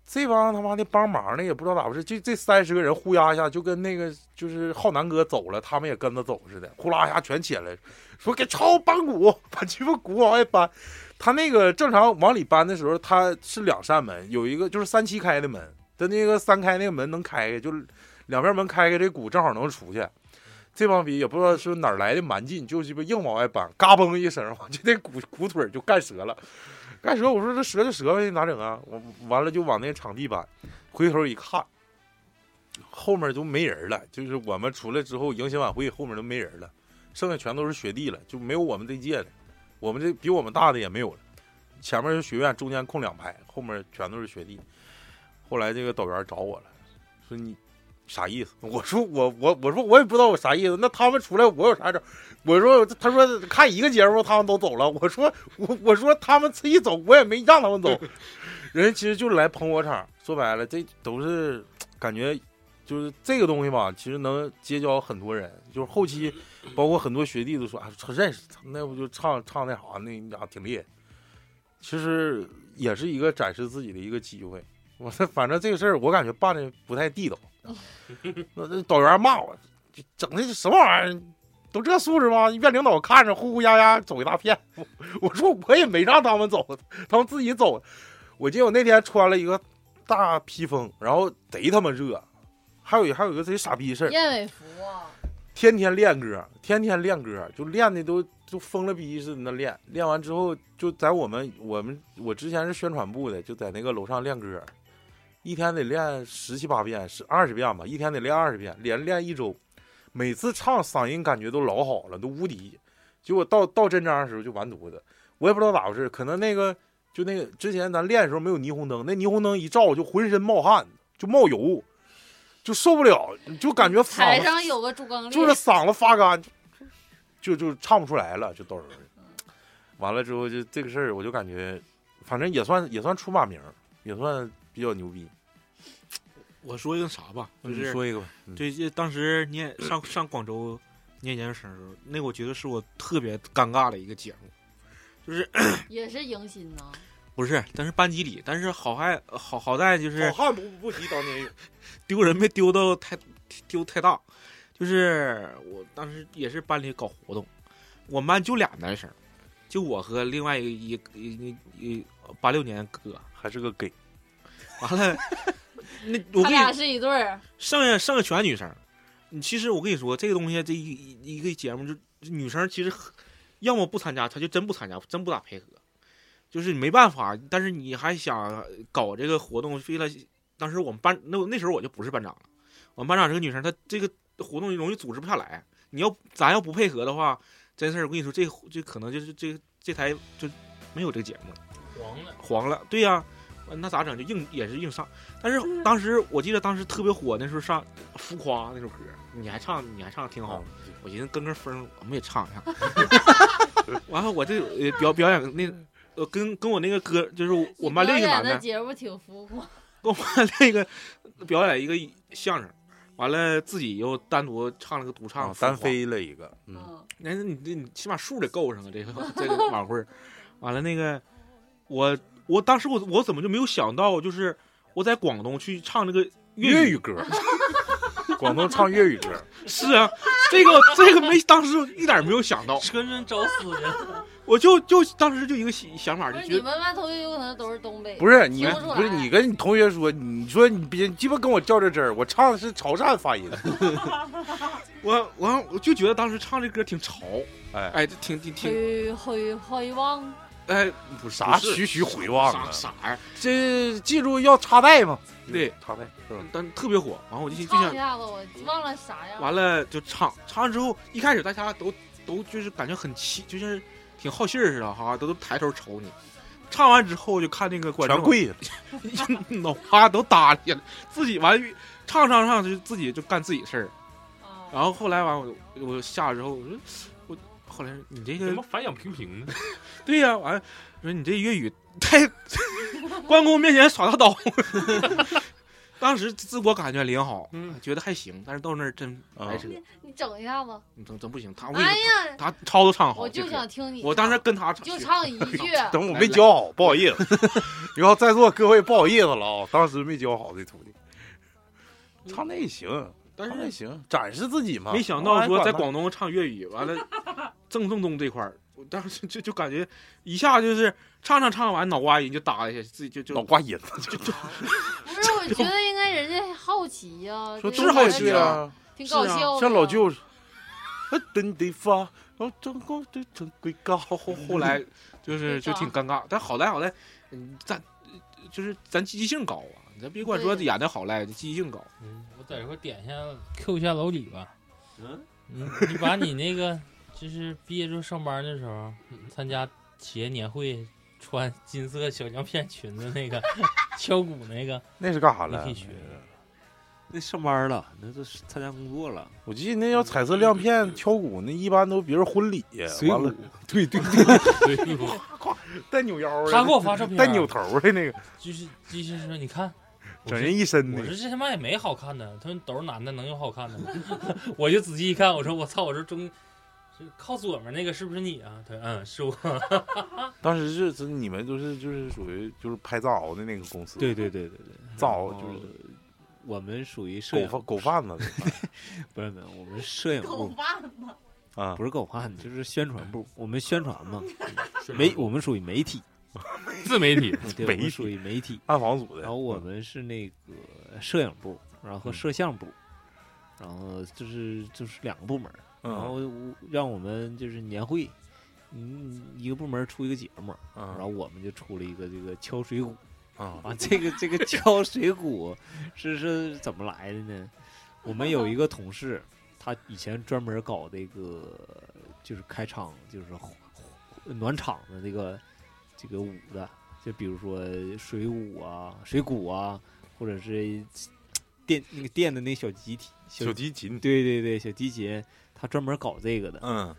A: 这帮他妈的帮忙的也不知道咋回事，就这三十个人呼啦一下就跟那个就是浩南哥走了，他们也跟着走似的，呼啦一下全起来，说给超搬鼓，把鸡巴鼓往外搬。他那个正常往里搬的时候，它是两扇门，有一个就是三七开的门，它那个三开那个门能开开，就是两边门开开，这鼓正好能出去。这帮逼也不知道是哪儿来的蛮劲，就鸡巴硬往外搬，嘎嘣一声，我就那鼓鼓腿就干折了，干折我说这折就折呗，咋整啊？我完了就往那场地搬，回头一看，后面就没人了，就是我们出来之后迎新晚会后面都没人了，剩下全都是学弟了，就没有我们这届的。我们这比我们大的也没有了，前面是学院，中间空两排，后面全都是学弟。后来这个导员找我了，说你啥意思？ 我说我我我说我也不知道我啥意思。那他们出来我有啥招？我说他说看一个节目他们都走了，我说我我说他们自己走，我也没让他们走。人家其实就是来捧我场，说白了这都是感觉。就是这个东西吧，其实能结交很多人。就是后期，包括很多学弟都说啊，认识他，那不就唱唱那啥，那你俩挺厉害。其实也是一个展示自己的一个机会。我说，反正这个事儿我感觉办的不太地道。那那导员骂我，这整的什么玩意儿？都这素质吗？院领导看着呼呼呀呀走一大片， 我我说我也没让他们走，他们自己走。我记得我那天穿了一个大披风，然后贼他妈热。还有一还有一个贼傻逼的事儿，
B: 燕尾服啊，
A: 天天练歌，天天练歌，就练的都就疯了逼似的那练。练完之后，就在我们我们我之前是宣传部的，就在那个楼上练歌，一天得练十七八遍，是二十遍吧，一天得练二十遍，连练一周。每次唱嗓音感觉都老好了，都无敌。结果到到真章的时候就完犊子，我也不知道咋回事，可能那个就那个之前咱练的时候没有霓虹灯，那霓虹灯一照就浑身冒汗，就冒油，就受不了，就感觉嗓
B: 台
A: 子
B: 上有个猪刚鬣，
A: 就是嗓子发干，就就唱不出来了，就到时候。
B: 嗯
A: 完了之后就这个事儿，我就感觉，反正也算也算出马名儿，也算比较牛逼。
C: 我说一个啥吧， 就
A: 你
C: 是
A: 说一个吧，嗯
C: 对，就当时念上上广州念研究生的时候，那我觉得是我特别尴尬的一个节目，就是
B: 也是迎新呐。
C: 不是，但是班级里，但是好害好好在就是
A: 好汉不不提当年勇，
C: 丢人没丢到太丢太大，就是我当时也是班里搞活动，我们班就俩男生，就我和另外一个一一一八六年哥，
A: 还是个 gay。
C: 完 了，那我
B: 他
C: 跟你
B: 俩是一对儿，
C: 剩下剩下全女生。你其实我跟你说，这个东西这一一一个节目就女生其实很要么不参加，他就真不参加，真不打配合，就是你没办法。但是你还想搞这个活动，为了当时我们班那那时候我就不是班长了，我们班长是个女生，她这个活动容易组织不下来。你要咱要不配合的话，真事儿我跟你说，这这可能就是这这台就没有这个节目了。
D: 黄了，
C: 黄了，对呀、呃那咋整？就硬也是硬上。但
B: 嗯
C: 是当时我记得当时特别火，那时候上《浮夸》那首歌，你还唱，你还唱得挺
A: 啊
C: 好。我寻思跟跟风儿，我们也唱一下。 完了，我这呃表表演那呃跟跟我那个哥，就是我我们班另一个男
B: 你表演的
C: 的，
B: 节目挺浮夸，
C: 跟我们班另一个表演一个相声，完了自己又单独唱了个独唱
A: 啊
C: 《浮
A: 单
C: 夸
A: 飞了一个，嗯，
B: 嗯，
C: 那你这你起码数得够上啊，这个这个晚会儿完了那个，我我当时我我怎么就没有想到，就是我在广东去唱这个
A: 粤
C: 语
A: 语歌， 广东唱粤语歌，
C: 是啊，这个这个没当时一点儿没有想到，
D: 真人找死 人，
C: 我就就当时就一个想想法，
B: 不
C: 就是觉
B: 你
C: 得
B: 们班同学有可能都是东北，
A: 不是你
B: 听不出来
A: 不是你跟你同学说，你说你别鸡巴跟我较这真儿，我唱的是潮汕发 音，
C: 我我我就觉得当时唱这歌挺潮，
A: 哎
C: 哎，挺挺挺
B: 回回回望，
C: 哎
A: 不啥
C: 是
A: 徐徐回望
C: 啥
A: 啊，
C: 啥玩意儿，
A: 这记住要插带吗？
C: 对，
A: 插带是吧？
C: 但特别火，完了我就
B: 你
C: 就
B: 唱
C: 想
B: 一下子，我忘了啥呀？
C: 完了就唱，唱完之后一开始大家都都就是感觉很气，就是挺好信儿似的哈，都都抬头瞅你。唱完之后就看那个观
A: 全
C: 众
A: 跪下了，
C: 脑瓜都耷下来，自己完唱唱唱就自己就干自己事儿。
B: 啊
C: 然后后来完我我下来之后我说我后来你这
E: 怎
C: 个
E: 么反响平平呢？
C: 对呀、完了说你这粤语太 关公面前耍大刀。 当时自我感觉良好，
E: 嗯
C: 觉得还行，但是到那儿真白扯，
B: 你整一下子，
C: 真真不行。他为
B: 哎呀，
C: 他超都唱好，
B: 我就
C: 这歌
B: 想听你，
C: 我当时跟他
B: 就唱一句，
A: 等我没教好，不好意思。然后在座各位不好意思了啊，当时没教好这徒弟。唱那也行，
C: 嗯但
A: 唱那也
C: 是
A: 行，展示自己嘛。
C: 没想到说在广东唱粤语，完了郑正东这块儿，我当时就就感觉一下就是唱唱唱完脑瓜音就耷一下，自己就
A: 脑
C: 就
A: 瓜音，
B: 不是，我觉得应该人家好奇呀，
A: 说
B: 这
A: 是
B: 个
A: 好
B: 我
A: 奇
B: 觉得
A: 啊，
B: 挺搞笑的。
A: 像老舅，啊，真得发，我真高的真贵高。
C: 后后后 来就是就挺尴尬，但好赖好赖，嗯，咱就是咱积极性高啊，咱别管说
B: 对
C: 演的好赖，积极性高。
D: 嗯我在这块点一下 Q 一下老李吧，
E: 嗯，
D: 你你把你那个就是毕业之后上班的时候参加企业年会穿金色小亮片裙子那个 敲鼓那个，
A: 那是干啥
D: 你
A: 来
D: 可以？学。
F: 那上班了，那都是参加工作了，
A: 我记得那要彩色亮片敲鼓，那一般都别人婚礼，呃完了，
F: 对对对，
A: 带扭腰的，
D: 他给我发照片，
A: 带扭头的那个，
D: 就是就是说你看，我
A: 整
D: 这
A: 人一身
D: 我
A: 的。
D: 说这他妈也没好看的，他说都是男的，能有好看的吗？ 我就仔细一看，我说我操，我说中，是靠左面那个是不是你啊？他说嗯是 我，
A: 当时是是你们都是就是属于就是拍藏獒的那个公司，
F: 对对对对对，
A: 藏獒就是
F: 我们属于摄
A: 狗
F: 影，
A: 贩狗贩子
F: 不是没有，我们摄影
B: 狗
F: 部
B: 贩子，
A: 啊
F: 不，是狗汉，就是宣传部，我们宣传嘛，媒我们属于媒体，嗯
E: 自媒体，
F: 对，我
A: 媒体
F: 们属于媒体，
A: 暗访组的。
F: 然后我们是那个摄影部，然后和摄像部，然后就是就是两个部门儿，
A: 嗯，
F: 然后让我们就是年会，嗯，一个部门出一个节目，然后
A: 嗯
F: 我们就出了一个这个敲水鼓
A: 嗯
F: 啊，这个这个敲水鼓是是怎么来的呢？我们有一个同事，他以前专门搞这个就是开场就是暖场的这个这个舞的，就比如说水舞啊、水鼓啊，或者是电那个电的那小集体小
A: 小提琴，
F: 对对对小提琴，他专门搞这个的。
A: 嗯，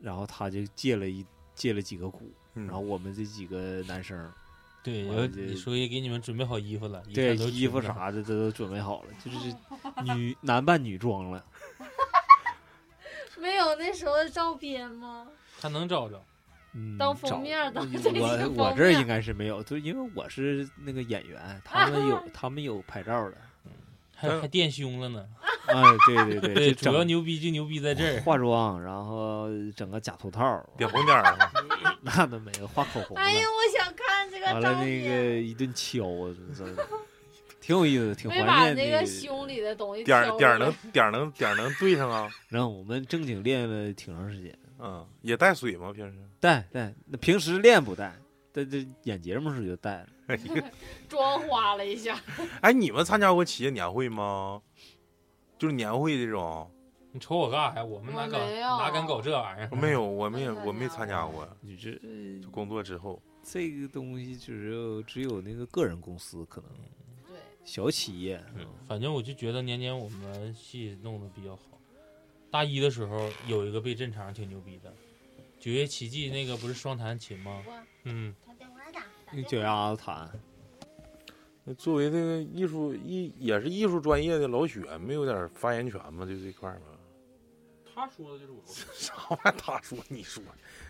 F: 然后他就借了一借了几个鼓，
A: 嗯
F: 然后我们这几个男生，
D: 对，然
F: 完了
D: 后
F: 这
D: 你说也给你们准备好衣服了，一
F: 对
D: 看都
F: 衣服
D: 裙子，
F: 啥的都都准备好了， 就是女男扮女装了。
B: 没有那时候的照片吗？
D: 他能找着。
F: 嗯，
B: 当封
F: 找
B: 面儿当这个
F: 我
B: 封
F: 我这儿
B: 面
F: 应该是没有，就因为我是那个演员，他 们有他们有拍照的。
D: 还还垫胸了呢，
F: 啊，对对
D: 对，
F: 对，就
D: 主要
F: 整哎
D: 牛逼就牛逼在这儿，
F: 化妆，然后整个假头套，
A: 点红点儿 啊，
F: 那都没有，画口红了
B: 哎呀，，我想看这个
F: 完
B: 照
F: 了那
B: 片，
F: 个一顿敲，啊真是 挺有意思的，挺怀
B: 没把
F: 念
B: 那
F: 个
B: 个胸里的东西
A: 点
B: 挑
A: 儿点儿
B: 出来
A: 能点儿能点儿能对上啊，
F: 然后我们正经练了挺长时间，
A: 嗯，也带水吗？平时？
F: 带带，那平时练不带，但这演节目时候就带了。
B: 妆花了一下，
A: 哎，你们参加过企业年会吗？就是年会这种？
D: 你瞅我干啥呀？我们哪
B: 我
D: 敢
B: 没有
D: 哪敢搞这玩意儿？
A: 没有，我们也
B: 没参加
A: 我没参加过。
F: 你这
A: 就工作之后，
F: 这个东西只有只有那个个人公司可能
B: 对，
F: 小企业，
E: 嗯
D: 反正我就觉得年年我们系弄得比较好。大一的时候有一个被震场挺牛逼的，九月奇迹那个不是双弹琴吗？嗯，
F: 那脚丫子弹，
A: 那作为这个艺术艺也是艺术专业的老许，没有点发言权吗？就这块儿吗？
G: 他说的就是我，
A: 啥玩意儿？他说你说，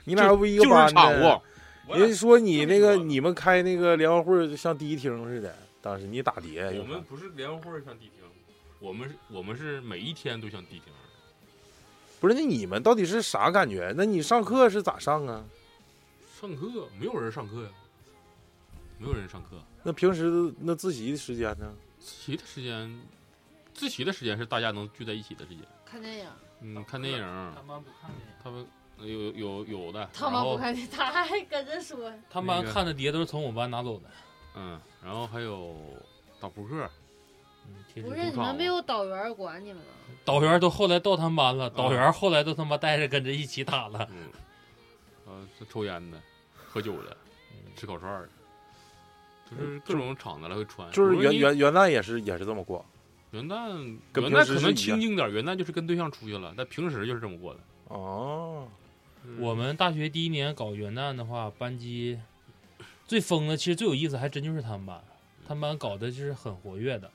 A: 你俩又不一
G: 就
A: 个班
G: 是产
A: 的？
G: 物。
A: 人家说你那个
G: 就是
A: 你们开那个联欢会儿就像迪厅似的，当时你打碟，
E: 我
A: 有
E: 们
A: 吗
E: 不是联欢会上地听，我们是我们是每一天都像地听。
A: 不是那你们到底是啥感觉？那你上课是咋上啊？
E: 上课没有人上课呀，没有人上课。
A: 那平时那自习的时间呢？
E: 自习的时间，自习的时间是大家能聚在一起的时间。
B: 看电影，
E: 嗯，看电影，
D: 他们不看的，
E: 他们有有有的，
B: 他
E: 然
B: 们
E: 后
B: 不看电影，他还跟着 说，
D: 他们
E: 那个
D: 看的碟都是从我班拿走的。
E: 嗯，然后还有打扑克，
D: 嗯，贴纸
B: 不是你
E: 不搞
B: 们没有导员管你们吗？
D: 导员都后来到他们班
F: 啊
D: 了，导员后来都他妈带着跟着一起打了。
E: 嗯，呃，抽烟的，喝酒的，吃烤串儿的，就是各种场子来回穿。
A: 就是
E: 比如
A: 元
E: 哎你
A: 元元旦也是也是这么过
E: 元旦，
A: 跟平
E: 元旦
A: 时
E: 可
A: 是一
E: 能
A: 样
E: 清静点儿，元旦就是跟对象出去了，但平时就是这么过的。
A: 哦。
E: 嗯
D: 我们大学第一年搞元旦的话，班级最疯的，其实最有意思还真就是他们班，
E: 嗯
D: 他们班搞的就是很活跃的。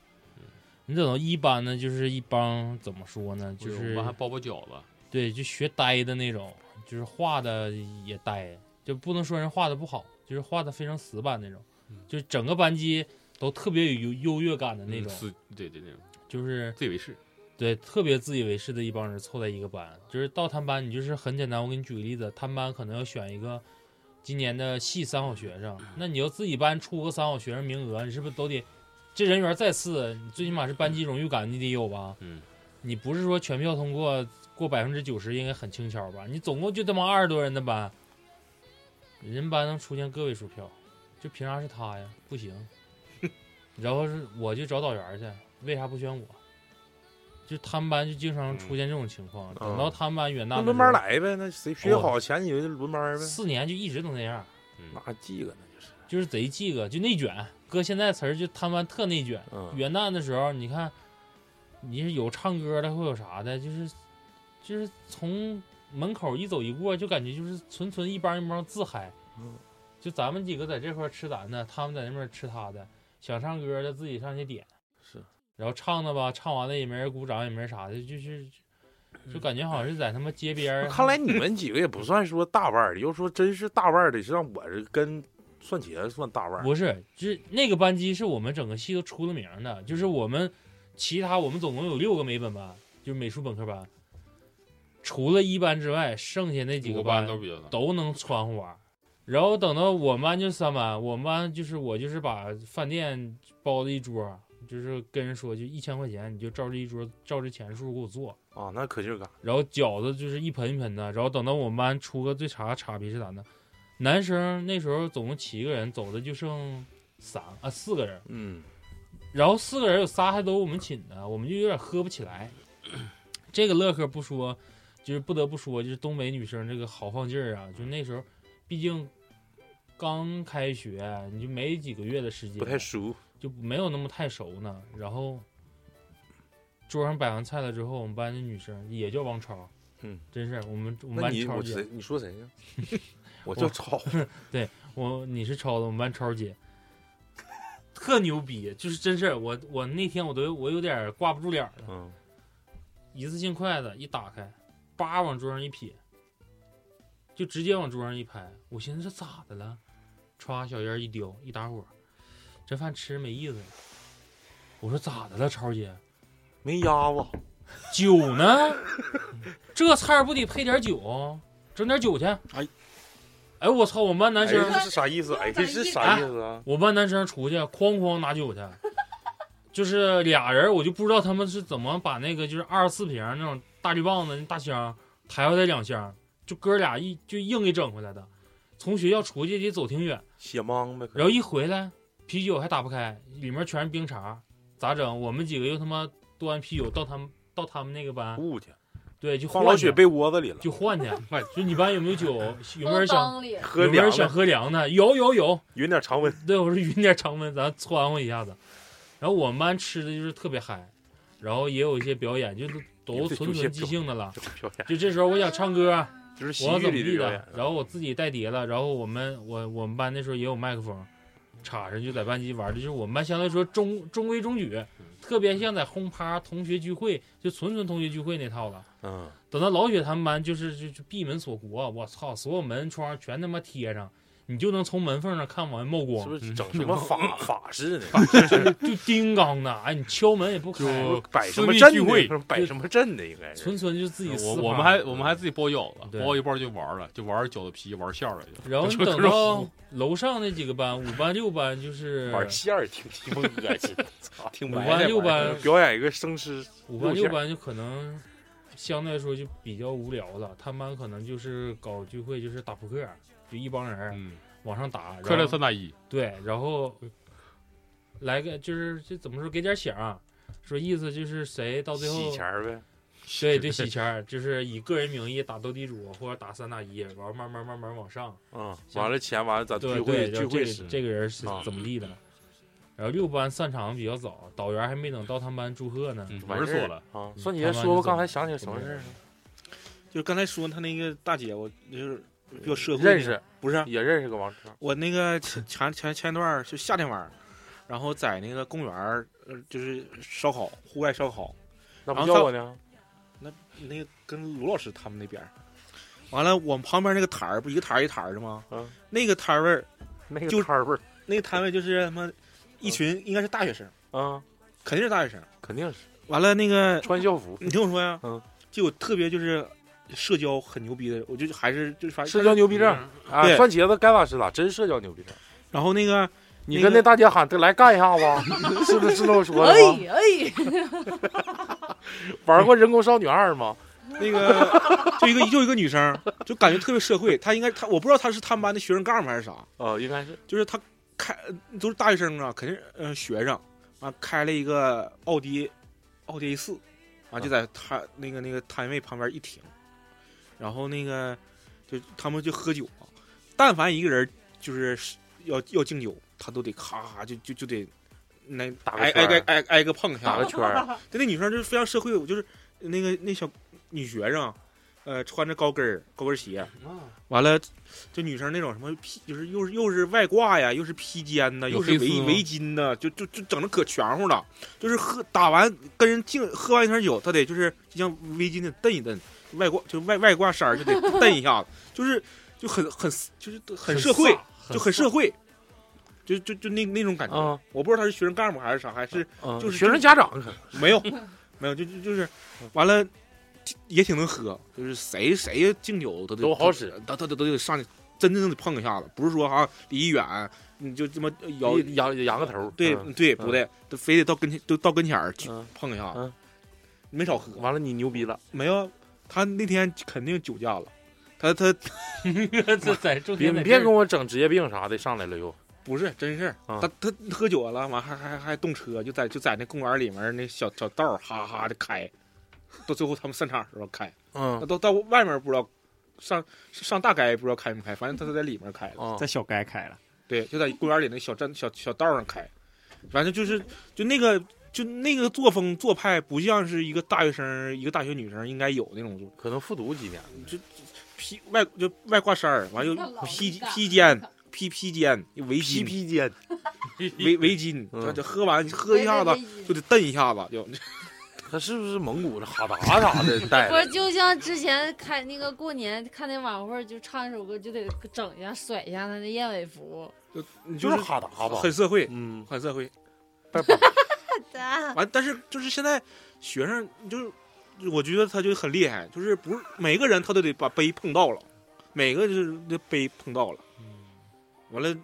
D: 你等到一班呢，就是一帮怎么说呢，
E: 就
D: 就是
E: 我
D: 是
E: 们还包包饺子，
D: 对，就学呆的那种，就是画的也呆，就不能说人画的不好，就是画的非常死板那种
E: 嗯，
D: 就是整个班级都特别有优优越感的那
E: 嗯
D: 种，
E: 自对对那种
D: 就是
E: 自以为是。
D: 对，特别自以为是的一帮人凑在一个班，就是到他们班，你就是很简单。我给你举个例子，他们班可能要选一个今年的系三好学
A: 嗯
D: 生，那你要自己班出个三好学生名额，你是不是都得这人缘再次，你最起码是班级
A: 嗯
D: 荣誉感你得有吧？
E: 嗯，
D: 你不是说全票通过过百分之九十应该很轻巧吧？你总共就他妈二十多人的班，人班能出现个位数票，就凭啥是他呀？不 行。然后是我就找导员去，为啥不选我？就他们班就经常
A: 嗯
D: 出现这种情况，
A: 哦
D: 等到他们班元旦
A: 那
D: 的
A: 轮
D: 时候
A: 班来呗，那谁学好前几个就轮班呗。
D: 四年就一直都那样，
E: 嗯
A: 那记个呢就是，
D: 就是贼记个，就内卷。搁现在词儿就他们班特内卷。
A: 嗯，
D: 元旦的时候，你看，你是有唱歌的，会有啥的，就是就是从门口一走一过，就感觉就是纯纯一帮一帮自嗨。
A: 嗯
D: 就咱们几个在这块儿吃咱的，他们在那边儿吃他的，想唱歌的自己上去点，
A: 是，
D: 然后唱的吧，唱完了也没人鼓掌，也没人啥的，就是就感觉好像是在他妈街边儿。
A: 看来你们几个也不算说大腕儿的，要说真是大腕儿的，是让我这跟算茄算大腕儿。
D: 不是，就是那个班级是我们整个系都出了名儿的，就是我们其他我们总共有六个美本班，就是美术本科班，除了一班之外，剩下那几
E: 五
D: 个
E: 个班都比较大。
D: 都能穿花。然后等到我们班就三班，我们班就是我就是把饭店包了一桌，就是跟人说就一千块钱，你就照这一桌照这钱数给我做。
A: 啊，那可劲儿干。
D: 然后饺子就是一盆一盆的，然后等到我们班出个最差差评是咋的？男生那时候总共七个人，走的就剩三啊四个人，
A: 嗯，
D: 然后四个人有仨还都是我们寝的，我们就有点喝不起来。 这个乐呵不说，就是不得不说，就是东北女生这个好放劲儿啊，就那时候，毕竟刚开学，你就没几个月的时间，
A: 不太熟。
D: 就没有那么太熟呢。然后桌上摆完菜了之后，我们班的女生也叫王超，
A: 嗯，
D: 真是我们我们
A: 那
D: 班
A: 你
D: 超
A: 我
D: 姐
A: 谁，？你说 谁呀？我叫超。
D: 我你是超子，我们班超姐，特牛逼，就是真是我我那天我都我有点挂不住脸儿了，
A: 嗯，
D: 一次性筷子一打开，叭往桌上一撇，就直接往桌上一拍，我寻思这咋的了？歘，小烟一丢，一打火，这饭吃没意思。我说咋的了，超姐？
A: 没啊鸭子。
D: 酒呢？ 这菜儿不得配点酒？整点酒去。
A: 哎，
D: 哎，我操！我们班男生，
A: 哎，这是啥意思？哎，这是啥意思啊？
D: 我们班男生出去哐哐拿酒去，就是俩人，我就不知道他们是怎么把那个就是二十四瓶那种大绿棒子那大箱抬回来两箱，就哥俩一就硬给整回来的，从学校出去得走挺远，
A: 血莽呗。
D: 然后一回来啤酒还打不开，里面全是冰碴，咋整？我们几个又他妈端啤酒到他们到他们那个班，
A: 捂去，
D: 对，就
A: 哦放
D: 换
A: 老
D: 去
A: 雪被窝子里了，
D: 就换去，就你班有没有酒？有没有人想？
B: 裆里，
A: 喝
D: 有没有
A: 凉
D: 人想
A: 了，
D: 喝凉的？有有有，
A: 匀点常温。
D: 对，我说匀点常温，咱窜和一下子。然后我们班吃的就是特别嗨，然后也有一些表演，就是都
A: 这
D: 存
A: 有些
D: 存即兴的了。
A: 这表演
D: 就这时候我想唱歌，
A: 就是喜
D: 我要
A: 剧
D: 怎么
A: 里
D: 地
A: 表
D: 的
A: 演，，啊
D: 然后我自己带碟了，然后我们我我们班那时候也有麦克风，插上就在班级玩的，就是我们班相对来说中中规中矩，特别像在轰趴同学聚会，就纯纯同学聚会那套了。
A: 嗯，
D: 等到老雪他们班就是就就闭门锁国，我操，所有门窗全他妈贴上，你就能从门缝上看往外冒
A: 是
D: 光，
A: 不是整什么 法法式呢？
D: 就叮当的，哎，你敲门也不开，
E: 就
A: 摆什
E: 私
A: 么
E: 密
A: 阵
E: 聚
A: 呢
E: 会，
A: 摆什么阵的应该是。
D: 纯纯就自己
E: 呃我
D: 撕
E: 我
D: 吧
E: 们还我们还自己包饺子，
D: 对
E: 包一包就玩了，就玩饺子皮，玩馅儿了就。
D: 然后你
E: 就
D: 等
E: 是
D: 到楼上那几个班，五班六班就是
A: 玩馅儿挺挺恶心， 挺
D: 五
A: 埋
D: 班
A: 汰
D: 六
A: 玩意儿
D: 班
A: 表演一个生吃，
D: 五班
A: 六
D: 六
A: 线
D: 班就可能相对来说就比较无聊了，他们班可能就是搞聚会，就是打扑克，就一帮人
E: 嗯，
D: 往上打，然
E: 快乐
D: 后
E: 三打一，
D: 对，然后来个就是这怎么说，给点响儿，说意思就是谁到最
A: 洗
D: 后
A: 钱儿呗。
D: 对对洗钱儿，就是以个人名义打斗地主或者打三打一，完慢慢慢慢往上，
A: 嗯，
D: 行
A: 完了钱完了咱聚
D: 对
A: 会
D: 对，
A: 聚
D: 然后这
A: 会
D: 个
A: 时，
D: 这个人是
A: 啊
D: 怎么地的。然后六班散场比较早，导员还没等到他们班祝贺呢，
E: 嗯，
A: 完
E: 玩
A: 事
E: 死
A: 儿
E: 我了。
A: 啊！
D: 嗯
A: 算你
D: 他
A: 先
D: 们
A: 说吧，
D: 就
A: 刚才想起来什么事儿了？
C: 就是刚才说他那个大姐，我就是比较社会
A: 呃认识
C: 不是啊
A: 也认识个王志超，
C: 我那个前前前前段儿就夏天玩儿，然后在那个公园儿，呃，就是烧烤，户外烧烤，
A: 那不
C: 然后
A: 叫
C: 他
A: 我呢？
C: 那个跟卢老师他们那边儿，完了我们旁边那个摊儿不一个摊儿一摊儿的吗？
A: 嗯
C: 那个摊位儿
A: 那个
C: 就
A: 摊儿味儿
C: 那个摊位就是他妈一群应该是大学生，
A: 啊，
C: 肯定是大学生。
A: 肯定是
C: 完了那个
A: 穿校服，
C: 你听我说呀，
A: 嗯，
C: 就有特别就是社交很牛逼的，我就还是就是反正
A: 社交牛逼症啊！
C: 嗯对
A: 蒜茄子该咋是咋，真社交牛逼症。
C: 然后那个
A: 你
C: 那
A: 跟
C: 个
A: 那大姐喊，这来干一下子，是不是是那么说的吗？
B: 哎哎，
A: 玩过人工少女二吗？
C: 那个就一个就一个女生，就感觉特别社会。她应该她我不知道她是他们班的学生干部还是啥，
A: 呃，应该是
C: 就是她开都是大学生啊，肯定是呃学生啊，开了一个奥迪奥迪 A 四啊，
A: 嗯
C: 就在她那个那个摊位旁边一停，然后那个就他们就喝酒啊，但凡一个人就是要要敬酒，他都得咔咔就就就得那
A: 打个
C: 挨挨
A: 圈儿
C: 挨挨挨个碰一下
A: 打
C: 子
A: 个圈 儿，
C: 就那女生就是非常社会，我就是那个那小女学生，呃，穿着高跟儿高跟鞋，完了，就女生那种什么披，就是又是又是外挂呀，又是披肩呐，
E: 有
C: 又是
E: 黑丝
C: 围
E: 吗
C: 围巾呐，就就就整的可全乎了。就是喝打完跟人敬喝完一瓶酒，她得就是就像围巾得蹬一蹬，外挂就外外挂衫儿就得 蹬一下子，就是就很很就是很社会，就很哦社会，就就就那那种感觉。
A: 啊，
C: 我不知道她是学生干部还是啥，还是
A: 嗯
C: 就是
A: 学生家长可能
C: 没有，没有，就就就是，
A: 嗯
C: 完了也挺能喝，就是谁谁敬酒都得
A: 都好使，
C: 都都都都得上去，真正的碰一下子，不是说啊离一远你就这么摇，
A: 一仰仰个头儿，
C: 对
A: 嗯
C: 对不对，都非得到跟前都到跟前儿去
A: 嗯
C: 碰一下子
A: 嗯，
C: 没少喝，
A: 完了，你牛逼了，
C: 没有，他那天肯定酒驾了，他他
D: 这在重
A: 别
D: 点在
A: 别
D: 这
A: 跟
D: 儿
A: 我整职业病啥的，上来了又
C: 不是真事儿，
A: 啊
C: 他他喝酒了，完还还还动车，就在就在那公园里面那小小道儿哈哈的开，到最后他们散场的时候开。那
A: 嗯
C: 都到外面不知道，上上大街不知道开没开，反正他都在里面开了。
A: 啊
F: 在，小该开了，
C: 对，就在公园里那小站小小道上开，反正就是就那个就那个作风做派，不像是一个大学生一个大学女生应该有那种做
A: 可能复读几年，
C: 披外就外挂衫儿，完又披披肩披披肩围
A: 披
C: 巾
A: 披肩，
C: 围围巾，
A: 嗯
C: 他就喝完喝一下子就得蹬一下子，就
A: 他是不是蒙古的哈达啥 的带
B: 不是，
A: 的？
B: 就像之前看那个过年看那晚会儿，就唱一首歌就得整一下甩一下他的燕尾服。
C: 就
A: 就是哈达吧？
C: 很社会，
A: 嗯，
C: 很社会。
A: 拜拜。
C: 完，但是就是现在学生就是，我觉得他就很厉害，就是不是每个人他都得把杯碰到了，每个就是那杯碰到了，
E: 嗯
C: 完了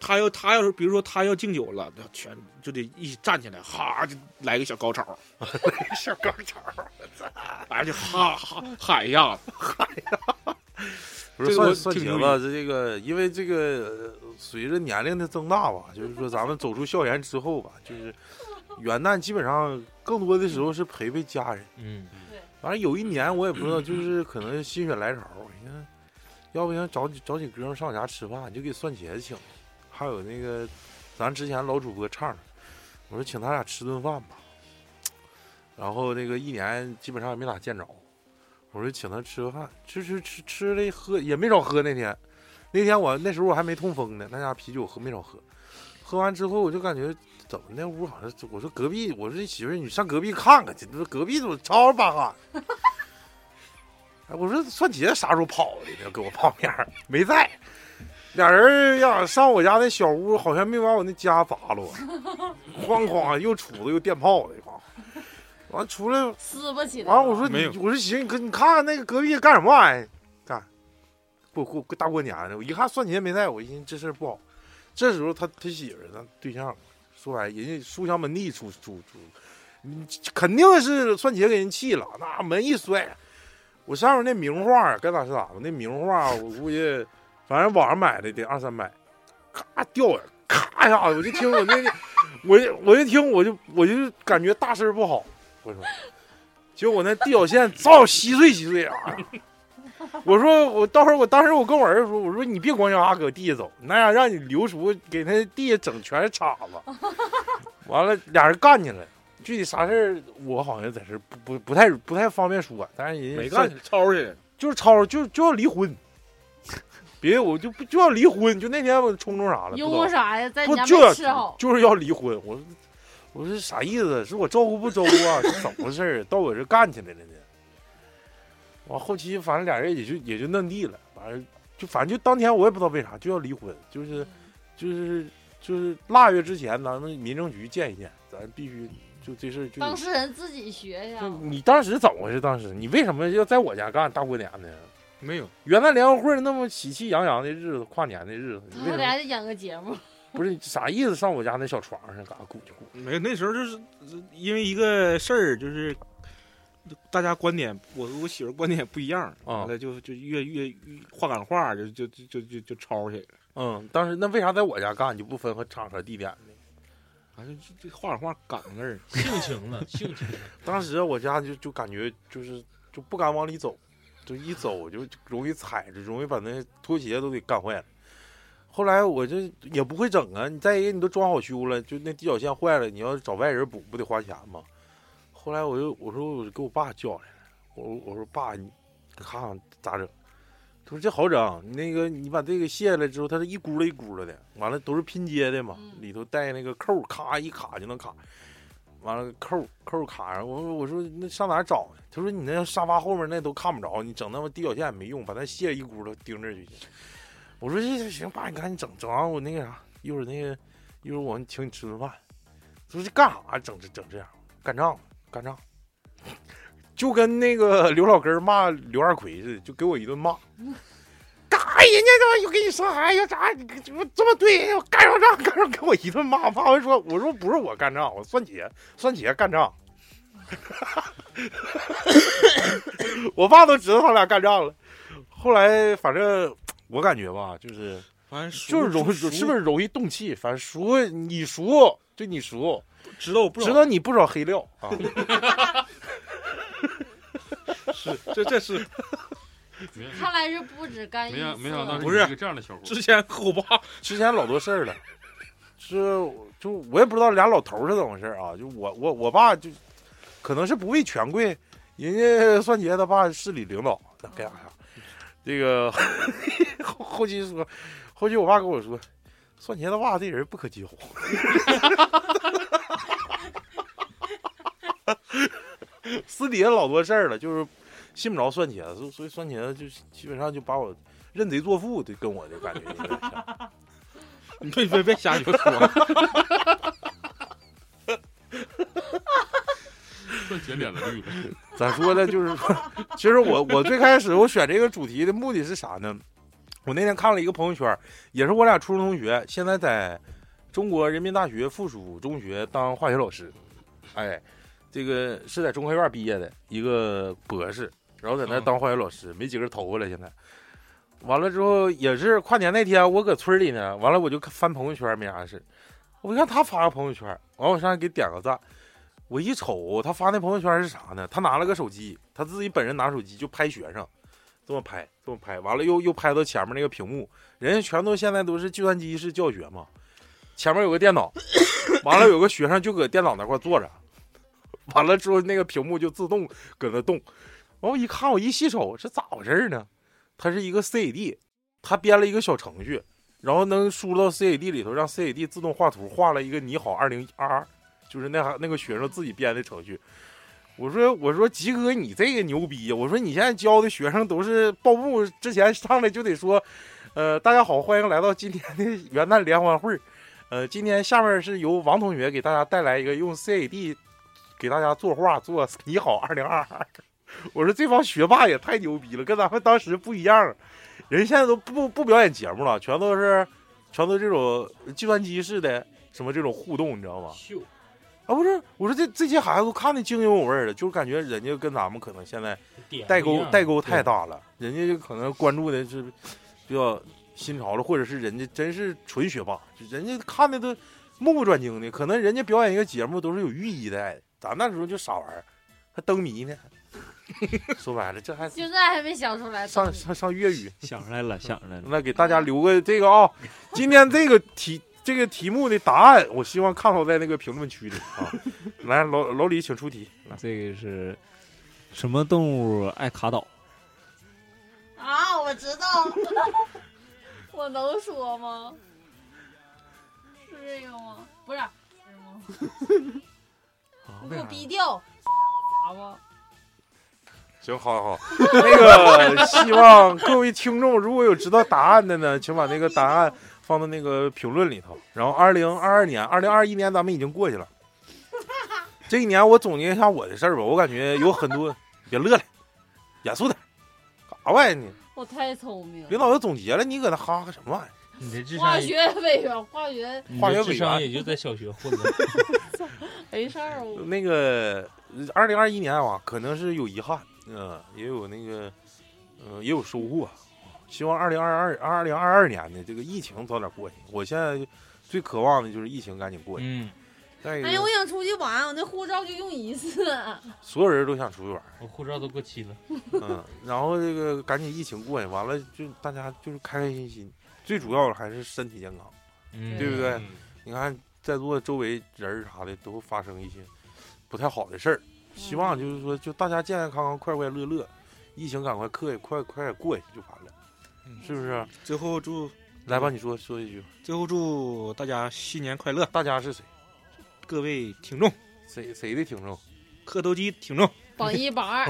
C: 他要他要是比如说他要敬酒了，那全就得一起站起来，哈就来个小高 潮，来个小高潮，完了就哈哈喊一下子，
A: 不是
E: 这个
A: 算
E: 我
A: 算
E: 挺
A: 茄
E: 牛
A: 子，这个因为这个呃随着年龄的增大吧，就是说咱们走出校园之后吧，就是元旦基本上更多的时候是陪陪家人。
D: 嗯，
A: 反正有一年我也不知道，就是可能心血来潮，你看，要不行找几找几哥们上我家吃饭，你就给蒜茄子请，还有那个咱之前老主播唱的，我说请他俩吃顿饭吧。然后那个一年基本上也没咋见着，我说请他吃个饭，吃吃吃吃的喝也没少喝那天，那天我那时候我还没痛风呢，那家啤酒喝没少喝，喝完之后我就感觉怎么那屋好像是我说隔壁，我说媳妇儿你上隔壁看看去，这隔壁怎么吵吵巴哈？哎，我说蒜茄子啥时候跑的呢？给我泡面儿没在，俩人呀上我家那小屋，好像没把我那家砸了，哐哐又杵子又电炮的，哐。完出来
B: 撕吧起来。
A: 完、了我说
E: 没
A: 你
E: 有，
A: 我说行，你看你看看那个隔壁干什么玩意儿？干，过过过大过年的，我一看蒜茄没在，我一寻思这事儿不好。这时候他他媳妇儿他对象说白了，人家书香门第出出出，你肯定是蒜茄给人气了，那门一摔，我上面那名画儿该咋是咋吧，那名画儿我估计反正网上买的得二三百，咔掉下来，咔一下子我就听我那，我就我就听我就我就感觉大事儿不好，我说。结果我那地脚线造稀碎稀碎啊！我说我到时候我当时我跟我儿子说，我说你别光脚丫搁地下走，那样让你流出给那地下整全是叉子。完了，俩人干起来，具体啥事儿我好像在这儿不不不太不太方便说，但是人家
E: 没干起来，吵起来，
A: 就是吵就就要离婚， 别我就不就要离婚，就那天我冲动啥了，不知
B: 因
A: 道
B: 为啥呀？在你
A: 不
B: 家
A: 就
B: 没吃好，
A: 就是要离婚。我说我说啥意思？是我照顾不周啊？是怎么回事儿？到我这干起来了呢？完后期反正俩人也就也就弄地了，完了就反正就当天我也不知道为啥就要离婚，就是就是就是腊月之前咱们民政局见一见，咱必须就这事儿就
B: 当事人自己学呀
A: 就。你当时怎么回事？当时你为什么要在我家干大过年呢？
E: 没有，
A: 元旦联欢会那么喜气洋洋的日子，跨年的日子，你为
B: 他
A: 什么
B: 俩演个节目，
A: 不是啥意思？上我家那小床上嘎咕叽咕？
C: 没那时候就是呃因为一个事儿，就是大家观点，我和我媳妇儿观点不一样，
A: 啊
C: 完了就就越越越话赶话，就就就就就就吵起来了，
A: 嗯，当时那为啥在我家干你就不分和场合地点呢？
C: 反正就就话赶话赶到那儿，
D: 性情了，性情了，
A: 当时我家就就感觉就是就不敢往里走，就一走就容易踩着，容易把那拖鞋都给干坏了。后来我这也不会整啊，你再一个你都装好修了，就那地脚线坏了，你要找外人补不得花钱吗？后来我就我说我给我爸叫来了，我我说爸你看看咋整？他说这好整，那个你把这个卸下来之后，它是一轱辘一轱辘的，完了都是拼接的嘛，
B: 嗯
A: 里头带那个扣儿，咔一卡就能卡。完了扣扣卡上，我说我说那上哪儿找去？他说你那沙发后面那都看不着，你整那么地脚线也没用，把那卸一轱辘钉这儿就行。我说这行，爸，你赶紧整，整完我那个啥，一会儿那个一会儿我请你吃顿饭。他说这干啥？整这整这样，干仗干仗，就跟那个刘老根儿骂刘二奎似的，就给我一顿骂。干啥？人家他妈又给你生孩子，又咋？你这不这么对？干上仗，干上给我一顿骂。骂完说，我说不是我干仗，我算姐，算姐干仗。我爸都知道他俩干仗了。后来反正我感觉吧，就是
C: 反正
A: 就是容易，是不是容易动气？反正熟你熟，就你熟，
C: 知道我不
A: 知道你不少黑料啊。
C: 是这这是
E: 没
B: 看来是不止干一
E: 没
B: 次了。
E: 想没想到
C: 不是
E: 一个这样的小伙，
C: 之前和我爸
A: 之前老多事儿了，是就我也不知道俩老头儿是怎么回事儿啊。就我我我爸就可能是不畏权贵，人家算杰他爸是市里领导，那干啥呀？这个 后后期说，后期我爸跟我说，算杰他爸这人不可交。 私底下老多事儿了，就是信不着算茄子，所以算茄子就基本上就把我认贼作父的，跟我的感觉 有点像。
C: 你别别别瞎就说，
E: 瞬间脸 都绿了。
A: 咋说呢？就是说，其实我我最开始我选这个主题的目的是啥呢？我那天看了一个朋友圈，也是我俩初中同学，现在在中国人民大学附属中学当化学老师，哎，这个是在中科院毕业的一个博士，然后在那当化学老师，没几根头发了现在。完了之后也是跨年那天，我搁村里呢，完了我就看翻朋友圈没啥事，我一看他发个朋友圈，完我上去给点个赞，我一瞅他发那朋友圈是啥呢？他拿了个手机，他自己本人拿手机就拍学生，这么拍这么拍，完了又又拍到前面那个屏幕，人家全都现在都是计算机式教学嘛，前面有个电脑，完了有个学生就搁电脑那块坐着，完了之后那个屏幕就自动搁那动，完我一看我一细瞅这咋回事呢？它是一个 CAD，它编了一个小程序，然后能输入到 CAD 里头，让 CAD 自动画图，画了一个你好二零二二，就是那哈那个学生自己编的程序。我说我说吉哥你这个牛逼呀！我说你现在教的学生都是报幕之前上来就得说，呃，大家好，欢迎来到今天的 元旦联欢会儿。呃，今天下面是由王同学给大家带来一个用 CAD 给大家作画做你好二零二 二。我说这帮学霸也太牛逼了，跟咱们当时不一样。人现在都不不表演节目了，全都是全都这种计算机式的什么这种互动，你知道吗？
G: 秀，
A: 啊，不是，我说这这些孩子都看的津津有味儿了，就是感觉人家跟咱们可能现在
D: 点
A: 代
D: 不一
A: 沟
D: 样
A: 代沟太大了，人家就可能关注的是比较新潮了，或者是人家真是纯学霸，就人家看的都目不转睛的，可能人家表演一个节目都是有寓意在的，咱那时候就傻玩儿，还灯谜呢。 说白了，这还
B: 现在还没想出来。
A: 上上上粤语，
F: 想出来了，想出来了。
A: 那给大家留个这个啊、今天这个题这个题目的答案，我希望看到在那个评论区里啊。来，老老李，请出题。来
F: 这个是什么动物爱卡岛？
B: 啊，我知道， 我能说吗？是这个吗？不是，是吗？你给我逼掉，啥吗？
A: 行，好好，那个希望各位听众如果有知道答案的呢，请把那个答案放到那个评论里头。然后，二零二二年、二零二一年咱们已经过去了，这一年我总结一下我的事儿吧，我感觉有很多，别乐了，严肃点儿，干啥玩意儿你？
B: 我太聪明
A: 领
B: 了。
A: 导都总结了，你搁那哈哈什么玩意儿？
D: 你的智
B: 化
D: 商也，
B: 学委员，化学
D: 你
A: 化学
D: 的
A: 委员
D: 智商也就在小学混的。
B: 没事儿哦。
A: 那个呃二零二一年啊，可能是有遗憾，嗯、也有那个，嗯、也有收获。希望二零二二、二零二二年的这个疫情早点过去。我现在最渴望的就是疫情赶紧过去。
D: 嗯，
A: 再一个
B: 哎呀，我想出去玩，我那护照就用一次。
A: 所有人都想出去玩儿，
D: 我护照都过期了。
A: 嗯，然后这个赶紧疫情过去，完了就大家就是开开心心，最主要的还是身体健康。
D: 嗯，
A: 对不对
E: 嗯
A: 你看在座周围人儿啥的都发生一些不太好的事儿，希望就是说，就大家健健康康、快快乐乐，疫情赶快克，快快点过去就完了，是不是？
C: 最后祝
A: 来吧，你说说一句，
C: 最后祝大家新年快乐，
A: 大家是谁？
C: 各位听众，
A: 谁谁的听众？
C: 磕头机听众，
B: 榜一榜二，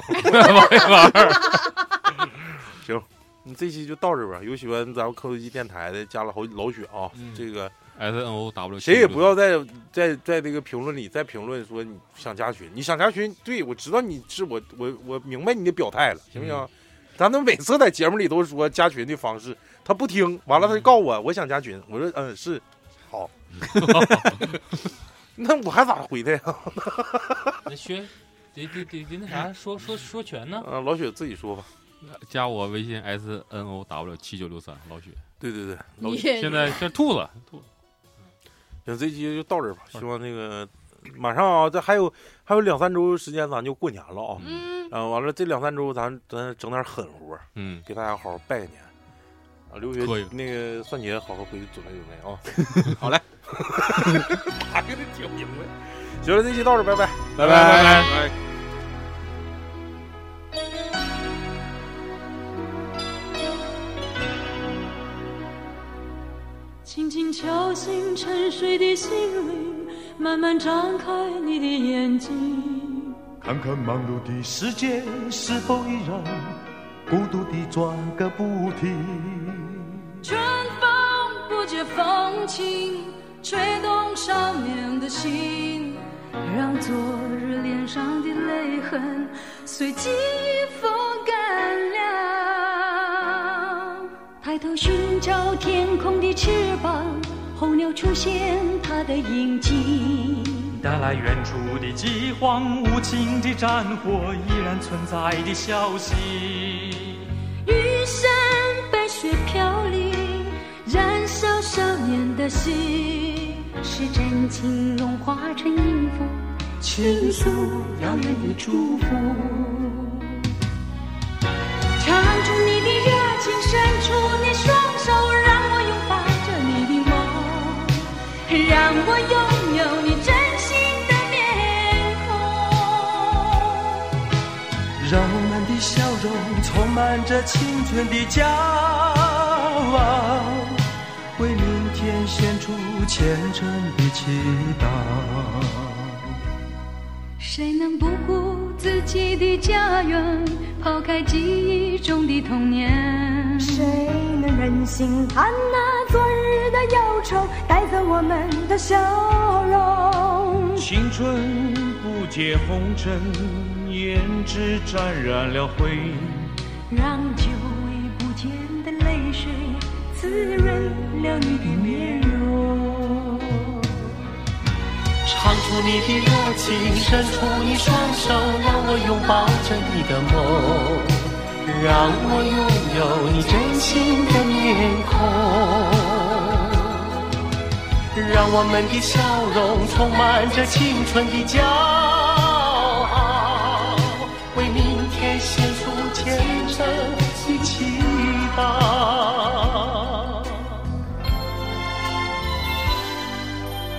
A: 你这期就到这边儿，有喜欢咱们科技电台的，加了好老雪啊，
D: 嗯
A: 这个
E: S N O W，
A: 谁也不要再在在这个评论里再评论说你想加群，你想加群，对我知道你是我我我明白你的表态了，行不行？ 咱们每次在节目里都说加群的方式，他不听，完了他就告我、我想加群，我说嗯是， 好，那我还咋回他呀？
D: 那学得得得得那啥，说说说全呢。
A: 嗯、老雪自己说吧。
E: 呃加我微信 S N O W 七九六三老许，
A: 对对对，
E: 老
B: 你
E: 许现在是兔子，兔子
A: 行，这期就到这儿吧，希望那个马上啊，这还有还有两三周时间，咱就过年了啊。
B: 嗯，
A: 嗯，完了这两三周咱咱整点狠活儿，
E: 嗯，
A: 给大家好好拜个年。啊，留
E: 可以
A: 学那个蒜姐，好好回去准备准备啊！
C: 好嘞，
A: 还给他听明白。行了，这期到这儿，拜拜。
C: 拜
E: 拜拜
C: 拜。
H: 轻轻敲醒沉睡的心灵，慢慢张开你的眼睛。
I: 看看忙碌的世界是否依然孤独地转个不停。
H: 春风不解风情，吹动少年的心，让昨日脸上的泪痕随记忆风干了。抬头寻找天空的翅膀，候鸟出现它的影迹。
J: 带来远处的饥荒，无情的战火，依然存在的消息。
H: 玉山被雪的心，
F: 是真情融化成音符，倾诉遥远的祝福。
H: 唱出你的热情，伸出你双手，让我拥抱着你的梦，让我拥有你真心的面孔。
F: 柔软的笑容充满着青春的骄傲，为明天献出虔诚的祈祷。
H: 谁能不顾自己的家园，抛开记忆中的童年？谁能忍心
F: 看那昨日的忧愁，带走我们的笑容。
K: 青春不解红尘，胭脂沾染了灰。
F: 让久违不见的泪水滋润了你的面容。
L: 唱出你的热情，伸出你双手，让我拥抱着你的梦，让我拥有你真心的面孔。让我们的笑容充满着青春的骄傲，为明天献出虔诚的祈祷。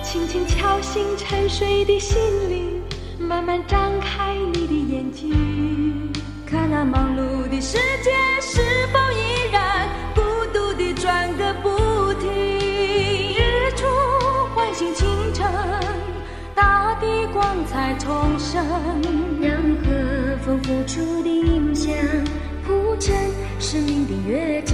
F: 轻轻敲醒沉睡的心灵，慢慢张开你的眼睛，
H: 看那忙碌的世界是否依然孤独地转个不停？日出唤醒清晨，大地光彩重生。
F: 让和风拂出的音响铺成生命的乐章。